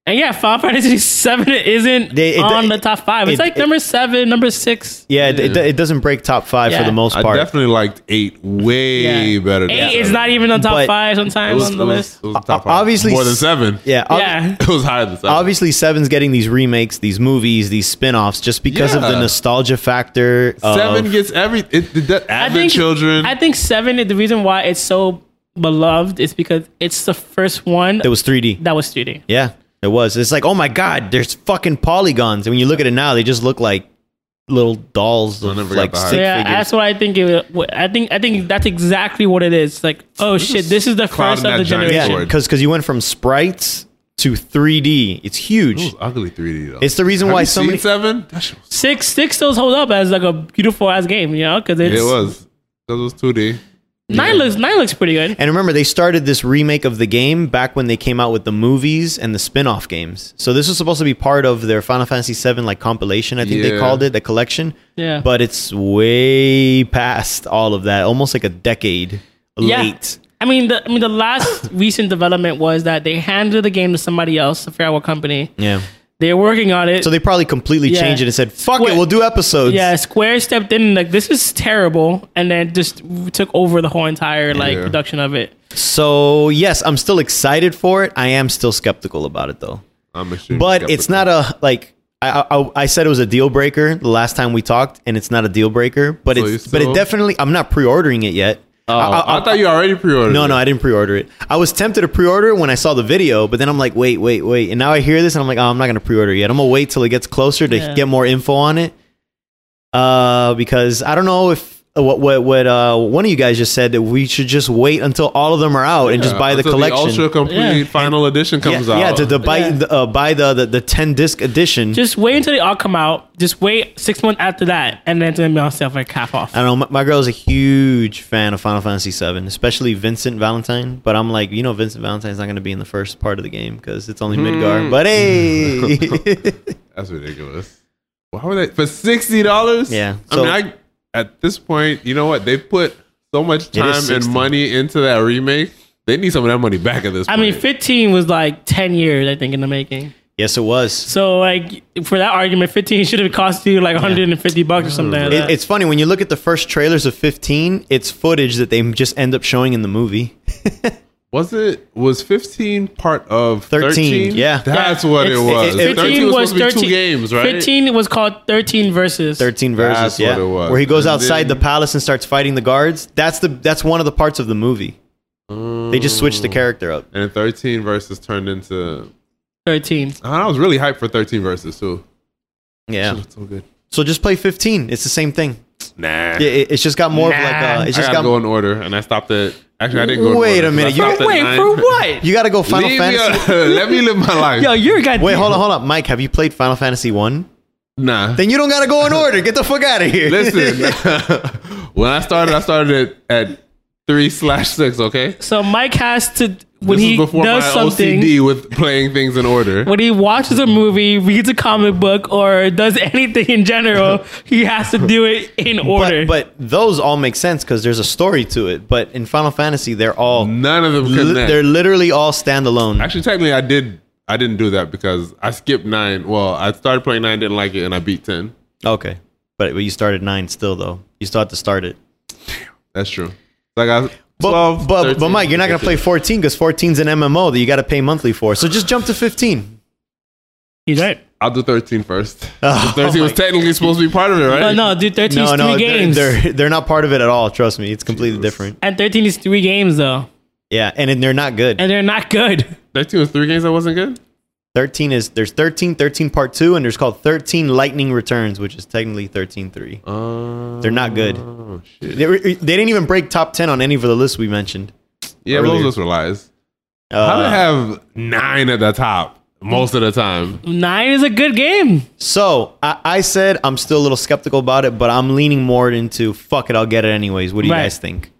Speaker 1: And yeah, Final Fantasy Seven isn't
Speaker 3: They- it-
Speaker 1: on
Speaker 3: it-
Speaker 1: the top five. It's
Speaker 3: it-
Speaker 1: like
Speaker 3: it-
Speaker 1: number seven, number six.
Speaker 3: yeah, it, it, it doesn't break top five for
Speaker 1: Yeah.
Speaker 3: the most
Speaker 2: I
Speaker 3: part.
Speaker 2: definitely liked eight way
Speaker 1: Yeah.
Speaker 2: better. than
Speaker 1: Eight
Speaker 2: seven.
Speaker 1: is not even on top
Speaker 3: But-
Speaker 1: five
Speaker 2: It
Speaker 1: sometimes
Speaker 2: was,
Speaker 1: on the
Speaker 2: it was-
Speaker 1: list.
Speaker 2: it was top five.
Speaker 3: Obviously
Speaker 2: more than
Speaker 3: s-
Speaker 2: seven.
Speaker 3: yeah, ob-
Speaker 1: yeah.
Speaker 2: It was higher than seven.
Speaker 3: obviously, seven's getting these remakes, these movies, these spin-offs, just because of the
Speaker 2: Yeah.
Speaker 3: nostalgia factor. uh, Of,
Speaker 2: Seven gets every it, it, that
Speaker 1: I
Speaker 2: Advent
Speaker 1: think
Speaker 2: Children.
Speaker 1: I think seven. The reason why it's so beloved is because it's the first one
Speaker 3: it was 3D.
Speaker 1: that was 3D.
Speaker 3: Yeah, it was. It's like, oh my god, there's fucking polygons, and when you look at it now, they just look like little dolls of
Speaker 2: never got
Speaker 3: like
Speaker 2: the hype.
Speaker 3: stick
Speaker 1: yeah,
Speaker 3: figures.
Speaker 1: that's what I think. It, I think I think that's exactly what it is. Like, oh shit,
Speaker 2: is
Speaker 1: this is the
Speaker 2: Cloud
Speaker 1: first
Speaker 2: and
Speaker 1: of the
Speaker 2: that giant
Speaker 1: generation.
Speaker 3: Yeah,
Speaker 2: Sword.
Speaker 3: because you went from sprites to 3D. It's
Speaker 2: it
Speaker 3: huge.
Speaker 2: was ugly 3D though.
Speaker 3: It's the reason
Speaker 2: Have
Speaker 3: why
Speaker 2: you
Speaker 3: so
Speaker 2: seen
Speaker 3: many.
Speaker 2: seven. That shit was,
Speaker 1: Six six those hold up as like a beautiful ass game, you know? Because it's
Speaker 2: it was. That was 2D.
Speaker 1: nine looks nine looks pretty good.
Speaker 3: And remember, they started this remake of the game back when they came out with the movies and the spin-off games. So this was supposed to be part of their Final Fantasy VII like compilation. I think they
Speaker 2: Yeah.
Speaker 3: called it the collection.
Speaker 1: Yeah.
Speaker 3: But it's way past all of that. Almost like a decade
Speaker 1: Yeah.
Speaker 3: late.
Speaker 1: I mean, the I mean the last recent development was that they handed the game to somebody else, a farewell company.
Speaker 3: Yeah.
Speaker 1: They're working on it.
Speaker 3: So they probably completely
Speaker 1: Yeah.
Speaker 3: changed it and said, "Fuck
Speaker 1: Square-
Speaker 3: it, we'll do episodes."
Speaker 1: yeah, Square stepped in like this is terrible, and then just took over the whole entire like
Speaker 2: Yeah.
Speaker 1: production of it.
Speaker 3: So yes, I'm still excited for it. I am still skeptical about it though.
Speaker 2: I'm extremely
Speaker 3: but it's
Speaker 2: skeptical.
Speaker 3: not a like I, I I said it was a deal breaker the last time we talked, and it's not a deal breaker. But
Speaker 2: So
Speaker 3: it's
Speaker 2: you
Speaker 3: but it
Speaker 2: still-
Speaker 3: definitely I'm not pre-ordering it yet.
Speaker 2: Oh, I, thought you already pre-ordered.
Speaker 3: No,
Speaker 2: it.
Speaker 3: no, I didn't pre-order it. I was tempted to pre-order it when I saw the video, but then I'm like, wait, wait, wait. And now I hear this, and I'm like, oh, I'm not gonna pre-order it yet. I'm gonna wait till it gets closer to
Speaker 1: Yeah.
Speaker 3: get more info on it. Uh, because I don't know if uh, what what what uh one of you guys just said that we should just wait until all of them are out and just
Speaker 2: Yeah,
Speaker 3: buy the
Speaker 2: Uh, until
Speaker 3: collection.
Speaker 2: The Ultra Complete
Speaker 1: Yeah.
Speaker 2: Final Edition comes
Speaker 3: yeah,
Speaker 2: out.
Speaker 3: yeah, to, to buy
Speaker 1: Yeah.
Speaker 3: the, uh, buy the, the the ten disc edition.
Speaker 1: Just wait until they all come out. Just wait six months after that, and then it's gonna be on sale for like half off.
Speaker 3: I don't know. My, my girl's a huge fan of Final Fantasy VII, especially Vincent Valentine. But I'm like, you know, Vincent Valentine's not going to be in the first part of the game because it's only Midgar.
Speaker 2: Hmm.
Speaker 3: But hey,
Speaker 2: That's ridiculous. Why would they for sixty dollars?
Speaker 3: Yeah, so-
Speaker 2: I mean, I at this point, you know what? They put so much
Speaker 3: It is
Speaker 2: time and
Speaker 3: 60.
Speaker 2: money into that remake. They need some of that money back at this.
Speaker 1: I
Speaker 2: point.
Speaker 1: mean, 15 was like 10 years, I think, in the making.
Speaker 3: yes, it was.
Speaker 1: So, like, for that argument, 15 should have cost you like 150 bucks or something. Like
Speaker 3: It,
Speaker 1: that.
Speaker 3: it's funny when you look at the first trailers of 15. It's footage that they just end up showing in the movie.
Speaker 2: was it was fifteen part of
Speaker 3: 13,
Speaker 2: thirteen?
Speaker 3: yeah.
Speaker 2: that's
Speaker 1: Yeah.
Speaker 2: what
Speaker 1: It's-
Speaker 2: it was.
Speaker 3: it- it-
Speaker 2: thirteen was, supposed to be two games, right?
Speaker 1: 15 was called 13 versus.
Speaker 3: 13 verses,
Speaker 2: That's
Speaker 3: yeah,
Speaker 2: what it was.
Speaker 3: where he goes
Speaker 2: And
Speaker 3: outside
Speaker 2: then-
Speaker 3: the palace and starts fighting the guards. That's the that's one of the parts of the movie. They just switched the
Speaker 2: Oh.
Speaker 3: character up.
Speaker 2: and thirteen versus turned into.
Speaker 1: 13.
Speaker 2: I was really hyped for thirteen versus too. It
Speaker 3: Yeah.
Speaker 2: looked so good.
Speaker 3: So just play 15. It's the same thing.
Speaker 2: Nah.
Speaker 3: Yeah, it, it's just got more of like a, it's
Speaker 2: I
Speaker 3: just
Speaker 2: gotta
Speaker 3: got
Speaker 2: go in order, and I stopped at. Actually, I didn't go. in
Speaker 3: Wait
Speaker 2: order,
Speaker 3: a minute,
Speaker 2: I
Speaker 3: you-
Speaker 2: stopped at
Speaker 1: Wait,
Speaker 2: nine.
Speaker 1: for what?
Speaker 3: you got to go Final
Speaker 2: Leave me
Speaker 3: Fantasy.
Speaker 2: al- let me live my life.
Speaker 1: Yo, you're a goddamn.
Speaker 3: Wait, hold on, hold on, Mike. Have you played Final Fantasy One?
Speaker 2: nah.
Speaker 3: Then you don't gotta go in order. Get the fuck out of here.
Speaker 2: Listen, when I started, I started at, at three slash six. Okay,
Speaker 1: So, Mike has to, when
Speaker 2: this
Speaker 1: he
Speaker 2: is before my
Speaker 1: does something,
Speaker 2: OCD with playing things in order.
Speaker 1: when he watches a movie, reads a comic book, or does anything in general, he has to do it in order.
Speaker 3: but, but those all make sense because there's a story to it. But in Final Fantasy, they're all
Speaker 2: None of them
Speaker 3: li-
Speaker 2: connect.
Speaker 3: they're literally all standalone.
Speaker 2: Actually, technically, I did. I didn't do that because I skipped nine. Well, I started playing nine, didn't like it, and I beat ten.
Speaker 3: Okay, but, but you started nine still though. You still have to start it.
Speaker 2: That's true. Like I,
Speaker 3: But
Speaker 2: 12,
Speaker 3: but
Speaker 2: 13,
Speaker 3: but Mike, you're not gonna
Speaker 2: 15.
Speaker 3: play 14 because 14's an MMO that you gotta pay monthly for. So just jump to 15.
Speaker 1: He's right.
Speaker 2: I'll do 13 first.
Speaker 3: Oh,
Speaker 2: 13 was technically supposed to be part of it, right?
Speaker 1: But Uh, no, dude, 13
Speaker 3: Uh,
Speaker 1: is 3
Speaker 3: No, no, they're,
Speaker 1: games.
Speaker 3: they're they're not part of it at all. Trust me, it's completely
Speaker 2: Jesus.
Speaker 3: different.
Speaker 1: and 13 is 3 games, though.
Speaker 3: Yeah, and, and they're not good.
Speaker 1: And they're not good.
Speaker 2: 13 was three games that wasn't good.
Speaker 3: 13 is there's 13 13 part 2 and there's called 13 lightning returns which is technically 13 3
Speaker 2: Um,
Speaker 3: they're not good
Speaker 2: oh shit!
Speaker 3: they, were- they didn't even break top 10 on any of the lists we mentioned
Speaker 2: Yeah,
Speaker 3: earlier.
Speaker 2: those just were lies. How do they
Speaker 3: uh,
Speaker 2: have nine at the top most of the time?
Speaker 1: 9 is a good game.
Speaker 3: so I, I said i'm still a little skeptical about it but i'm leaning more into fuck it i'll get it anyways what do you
Speaker 1: Right.
Speaker 3: guys think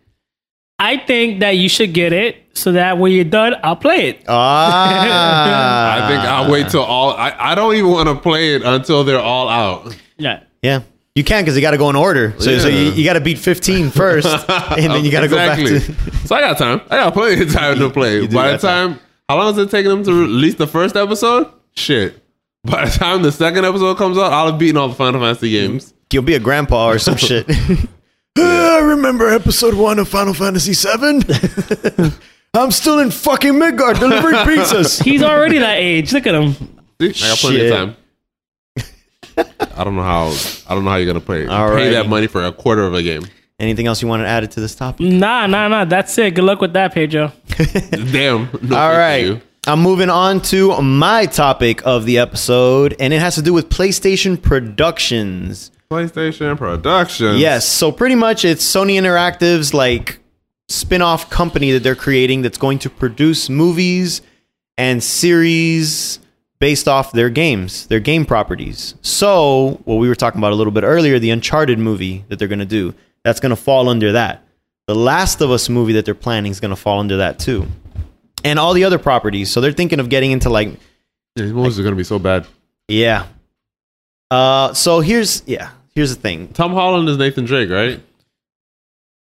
Speaker 1: I think that you should get it so that when you're done, I'll play it.
Speaker 3: Uh. ah
Speaker 2: I think I'll wait till all. I, I don't even want to play it until they're all out.
Speaker 1: Yeah.
Speaker 3: yeah you can because you got to go in order so, so you,
Speaker 2: Yeah.
Speaker 3: you got to beat 15 first and then you got to go back to
Speaker 2: so I got time. I got plenty of time to play.
Speaker 3: you do
Speaker 2: By the
Speaker 3: got time.
Speaker 2: time, how long is it taking them to release the first episode? Shit. By the time the second episode comes out, I'll have beaten all the Final Fantasy games.
Speaker 3: you'll be a grandpa or some shit. I remember episode one of Final Fantasy VII. I'm still in fucking Midgard delivering pizzas.
Speaker 1: He's already that age. Look at him.
Speaker 2: See, I got plenty
Speaker 3: Shit.
Speaker 2: of time. I don't know how. I don't know how you're gonna play. it.
Speaker 3: All
Speaker 2: Pay that
Speaker 3: right.
Speaker 2: money for a quarter of a game.
Speaker 3: Anything else you want to add to this topic?
Speaker 1: Nah, nah, nah. That's it. Good luck with that, Pedro.
Speaker 2: Damn. No
Speaker 3: All
Speaker 2: thank
Speaker 3: right.
Speaker 2: you.
Speaker 3: I'm moving on to my topic of the episode, and it has to do with PlayStation Productions.
Speaker 2: PlayStation Productions.
Speaker 3: Yes. So pretty much it's Sony Interactive's like spin-off company that they're creating that's going to produce movies and series based off their games, their game properties. So, what we were talking about a little bit earlier, the Uncharted movie that they're going to do, that's going to fall under that. The Last of Us movie that they're planning is going to fall under that too. And all the other properties. So they're thinking of getting into like
Speaker 2: Yeah, These movies are gonna be so bad.
Speaker 3: yeah. Uh so here's yeah, here's the thing.
Speaker 2: Tom Holland is Nathan Drake, right?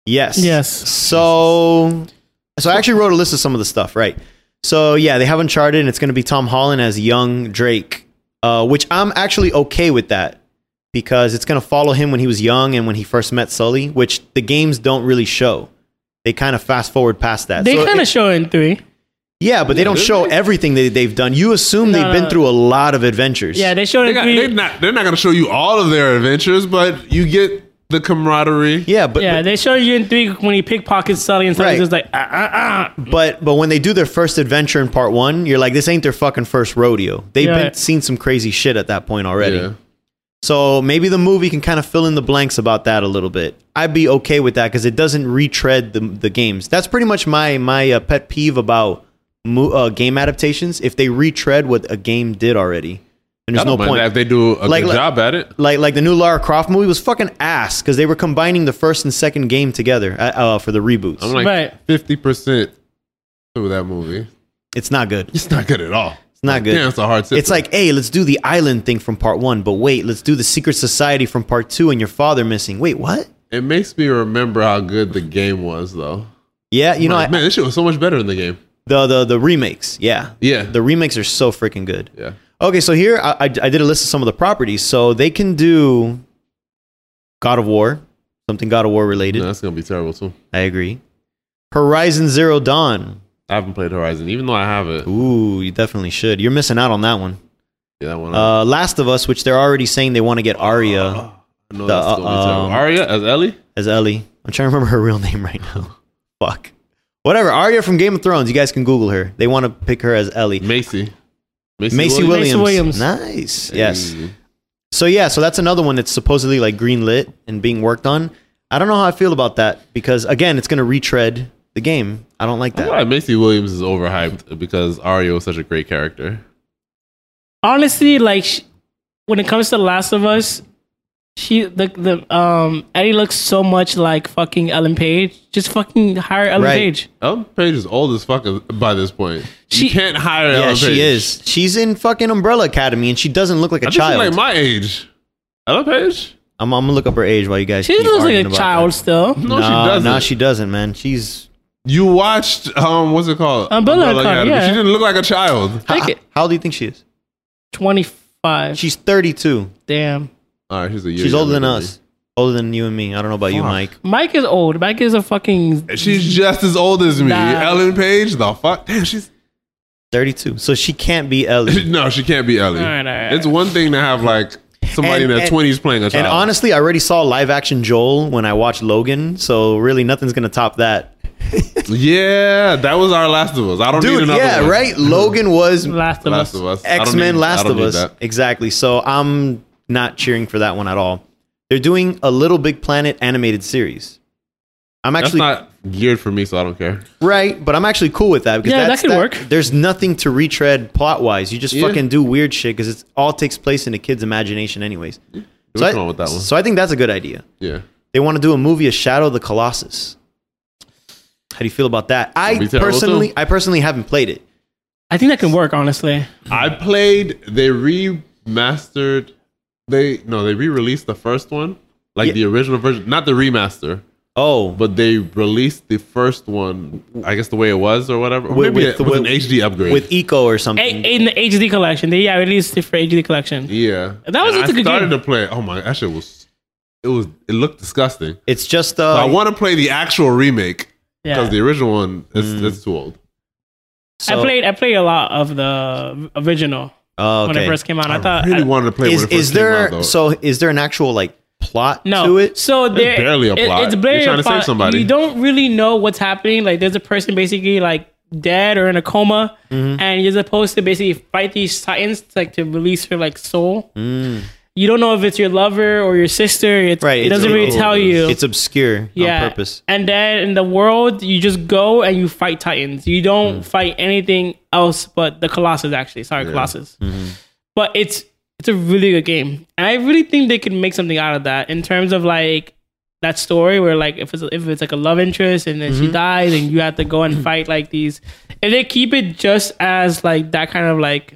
Speaker 3: Yes.
Speaker 1: Yes.
Speaker 3: So, so I actually wrote a list of some of the stuff, right? So yeah, they have Uncharted, and it's going to be Tom Holland as young Drake, uh, which I'm actually okay with that because it's going to follow him when he was young and when he first met Sully, which the games don't really show. They kind of fast forward past that.
Speaker 1: They
Speaker 3: So
Speaker 1: kind
Speaker 3: it-
Speaker 1: of show in 3.
Speaker 3: yeah, but they don't show everything that they've done. You assume
Speaker 1: No,
Speaker 3: they've been
Speaker 1: no.
Speaker 3: through a lot of adventures.
Speaker 1: Yeah, they showed
Speaker 2: They
Speaker 1: in
Speaker 2: got,
Speaker 1: 3.
Speaker 2: they're not. They're not gonna show you all of their adventures, but you get the camaraderie.
Speaker 3: Yeah, but
Speaker 1: yeah,
Speaker 3: but,
Speaker 1: they show you in three when he pickpockets Sully and Sully's
Speaker 3: Right.
Speaker 1: just like, ah, ah, ah.
Speaker 3: Mm-hmm. but but when they do their first adventure in part one, you're like, this ain't their fucking first rodeo. They've
Speaker 1: Yeah.
Speaker 3: been seen some crazy shit at that point already.
Speaker 2: Yeah.
Speaker 3: So maybe the movie can kind of fill in the blanks about that a little bit. I'd be okay with that because it doesn't retread the, the games. That's pretty much my my uh, pet peeve about mo- uh, game adaptations. If they retread what a game did already,
Speaker 2: I
Speaker 3: and there's
Speaker 2: don't
Speaker 3: no
Speaker 2: mind
Speaker 3: point.
Speaker 2: that if they do a
Speaker 3: Like-
Speaker 2: good
Speaker 3: like-
Speaker 2: job at it.
Speaker 3: like like the new Lara Croft movie was fucking ass because they were combining the first and second game together uh, uh, for the reboots.
Speaker 2: I'm like
Speaker 1: Right.
Speaker 2: fifty percent through that movie.
Speaker 3: it's not good.
Speaker 2: It's not good at all.
Speaker 3: It's not good.
Speaker 2: Damn, it's a hard system.
Speaker 3: It's like, hey, let's do the island thing from part one, but wait, let's do the secret society from part two and your father missing. Wait, what?
Speaker 2: it makes me remember how good the game was, though.
Speaker 3: Yeah, you know, I,
Speaker 2: like, man, this shit was so much better in the game.
Speaker 3: the the the remakes. Yeah,
Speaker 2: Yeah.
Speaker 3: the remakes are so freaking good.
Speaker 2: yeah.
Speaker 3: Okay, so here I, I, I did a list of some of the properties, so they can do God of War, something God of War related.
Speaker 2: No, that's gonna be terrible too.
Speaker 3: I agree. Horizon Zero Dawn.
Speaker 2: I haven't played Horizon, even though I have it.
Speaker 3: Ooh, you definitely should. You're missing out on that one.
Speaker 2: Yeah, that one.
Speaker 3: Uh, Last of Us, which they're already saying they want to get Arya
Speaker 2: I know
Speaker 3: the,
Speaker 2: that's gonna be terrible.
Speaker 3: um,
Speaker 2: Arya as Ellie.
Speaker 3: as Ellie. I'm trying to remember her real name right now. Fuck. Whatever. Arya from Game of Thrones. You guys can Google her. They want to pick her as Ellie.
Speaker 2: Macy.
Speaker 3: Macy
Speaker 1: Williams.
Speaker 3: Williams.
Speaker 1: Macy Williams.
Speaker 3: Nice. Yes.
Speaker 2: Hey.
Speaker 3: So yeah, so that's another one that's supposedly like greenlit and being worked on. I don't know how I feel about that because again, it's going to retread the game. I don't like
Speaker 2: I
Speaker 3: that.
Speaker 2: feel like Macy Williams is overhyped because Arya was such a great character.
Speaker 1: honestly, like sh- when it comes to Last of Us, she the the um Eddie looks so much like fucking Ellen Page. Just fucking hire Ellen
Speaker 3: Right.
Speaker 1: Page.
Speaker 2: Ellen Page is old as fuck by this point. She
Speaker 1: She-
Speaker 2: you can't hire
Speaker 3: Yeah,
Speaker 2: Ellen Page.
Speaker 3: she is. She's in fucking Umbrella Academy and she doesn't look like a
Speaker 2: I think
Speaker 3: child.
Speaker 2: she's like my age. Ellen Page?
Speaker 3: I'm, I'm gonna look up her age while you guys.
Speaker 1: She
Speaker 3: keep
Speaker 1: looks like
Speaker 3: arguing
Speaker 1: a
Speaker 3: about
Speaker 1: child still.
Speaker 2: No,
Speaker 3: That. No,
Speaker 2: she doesn't.
Speaker 3: No, she doesn't, man. She's
Speaker 2: you watched um, what's it called?
Speaker 1: Umbrella Academy, yeah.
Speaker 2: She didn't look like a child.
Speaker 1: Take
Speaker 3: how,
Speaker 1: it.
Speaker 3: how old do you think she is?
Speaker 1: Twenty five.
Speaker 3: She's 32.
Speaker 1: Damn.
Speaker 2: All right, she's a year.
Speaker 3: She's
Speaker 2: younger
Speaker 3: older than
Speaker 2: me.
Speaker 3: us. Older than you and me. I don't know about you,
Speaker 2: Fuck.
Speaker 3: Mike.
Speaker 1: Mike is old. Mike is a fucking
Speaker 2: She's just as old as me.
Speaker 1: Nah.
Speaker 2: Ellen Page, the fuck? Damn, she's
Speaker 3: 32. So she can't be Ellie.
Speaker 2: no, she can't be Ellie.
Speaker 1: All right, all right.
Speaker 2: It's one thing to have like somebody
Speaker 3: And-
Speaker 2: in their
Speaker 3: and-
Speaker 2: twenties playing a child.
Speaker 3: and honestly, I already saw live action Joel when I watched Logan. So really, nothing's gonna top that.
Speaker 2: yeah, that was our Last of Us. I don't need
Speaker 3: Dude,
Speaker 2: another
Speaker 3: yeah,
Speaker 2: one.
Speaker 3: right. Logan was
Speaker 1: Last of
Speaker 2: Last
Speaker 1: Us.
Speaker 2: of Us. I don't
Speaker 3: X Men,
Speaker 2: need- I
Speaker 3: Last
Speaker 2: don't
Speaker 3: of
Speaker 2: need
Speaker 3: Us.
Speaker 2: that.
Speaker 3: Exactly. So I'm not cheering for that one at all. They're doing a Little Big Planet animated series. I'm
Speaker 2: That's
Speaker 3: actually
Speaker 2: not geared for me, so I don't care.
Speaker 3: right, but I'm actually cool with that because
Speaker 1: Yeah, that
Speaker 3: that's-
Speaker 1: could work.
Speaker 3: There's nothing to retread plot wise. You just
Speaker 2: Yeah.
Speaker 3: fucking do weird shit because it all takes place in a kid's imagination, anyways. So
Speaker 2: What's
Speaker 3: I-
Speaker 2: wrong with that one?
Speaker 3: so I think that's a good idea.
Speaker 2: Yeah,
Speaker 3: They want to do a movie of Shadow of the Colossus. How do you feel about that? I
Speaker 2: be terrible,
Speaker 3: personally,
Speaker 2: too.
Speaker 3: I personally haven't played it.
Speaker 1: I think that can work, honestly.
Speaker 2: I played. They remastered. They no, they re-released the first one, like
Speaker 3: Yeah.
Speaker 2: the original version, not the remaster,
Speaker 3: Oh, but
Speaker 2: but they released the first one. I guess the way it was or whatever. Or
Speaker 3: With-
Speaker 2: maybe
Speaker 3: with-
Speaker 2: it was an
Speaker 3: with-
Speaker 2: HD upgrade.
Speaker 3: with E Eco or
Speaker 1: A-
Speaker 3: something.
Speaker 1: in the HD collection. They, yeah, released it for HD collection.
Speaker 2: yeah,
Speaker 1: That was
Speaker 2: And
Speaker 1: just a
Speaker 2: I
Speaker 1: good
Speaker 2: started
Speaker 1: game.
Speaker 2: to play. Oh my, that shit was. It was. It looked disgusting.
Speaker 3: It's just
Speaker 2: So I
Speaker 3: uh,
Speaker 2: want to play the actual remake because
Speaker 1: Yeah.
Speaker 2: the original one is
Speaker 3: Mm.
Speaker 2: it's too old.
Speaker 1: I played I played a lot of the original
Speaker 3: Oh, okay.
Speaker 1: when it first came out. I,
Speaker 2: I
Speaker 1: thought uh,
Speaker 2: really
Speaker 1: I-
Speaker 2: wanted to play.
Speaker 3: is
Speaker 2: when it first
Speaker 3: is there
Speaker 2: came out, though.
Speaker 3: so is there an actual like plot
Speaker 1: no.
Speaker 3: to it?
Speaker 1: So there,
Speaker 2: barely a
Speaker 1: it-
Speaker 2: plot.
Speaker 1: it's
Speaker 2: You're
Speaker 1: barely
Speaker 2: trying
Speaker 1: a
Speaker 2: to save
Speaker 1: plot.
Speaker 2: somebody.
Speaker 1: You don't really know what's happening. Like there's a person basically like dead or in a coma,
Speaker 3: Mm-hmm.
Speaker 1: and you're supposed to basically fight these titans like to release her like soul. You don't know if it's your lover or your sister. It's,
Speaker 3: Mm. Right,
Speaker 1: It
Speaker 3: it's
Speaker 1: doesn't
Speaker 3: a-
Speaker 1: really tell you.
Speaker 3: It's obscure
Speaker 1: yeah.
Speaker 3: on purpose.
Speaker 1: And then in the world, you just go and you fight titans. You don't fight anything else but the Colossus. Actually, sorry, Colossus. But it's it's a really good game, and I really think they could make something out of that in terms of like that story where like if it's if it's like a love interest and then she dies and you have to go and fight like these. If they keep it just as like that kind of like,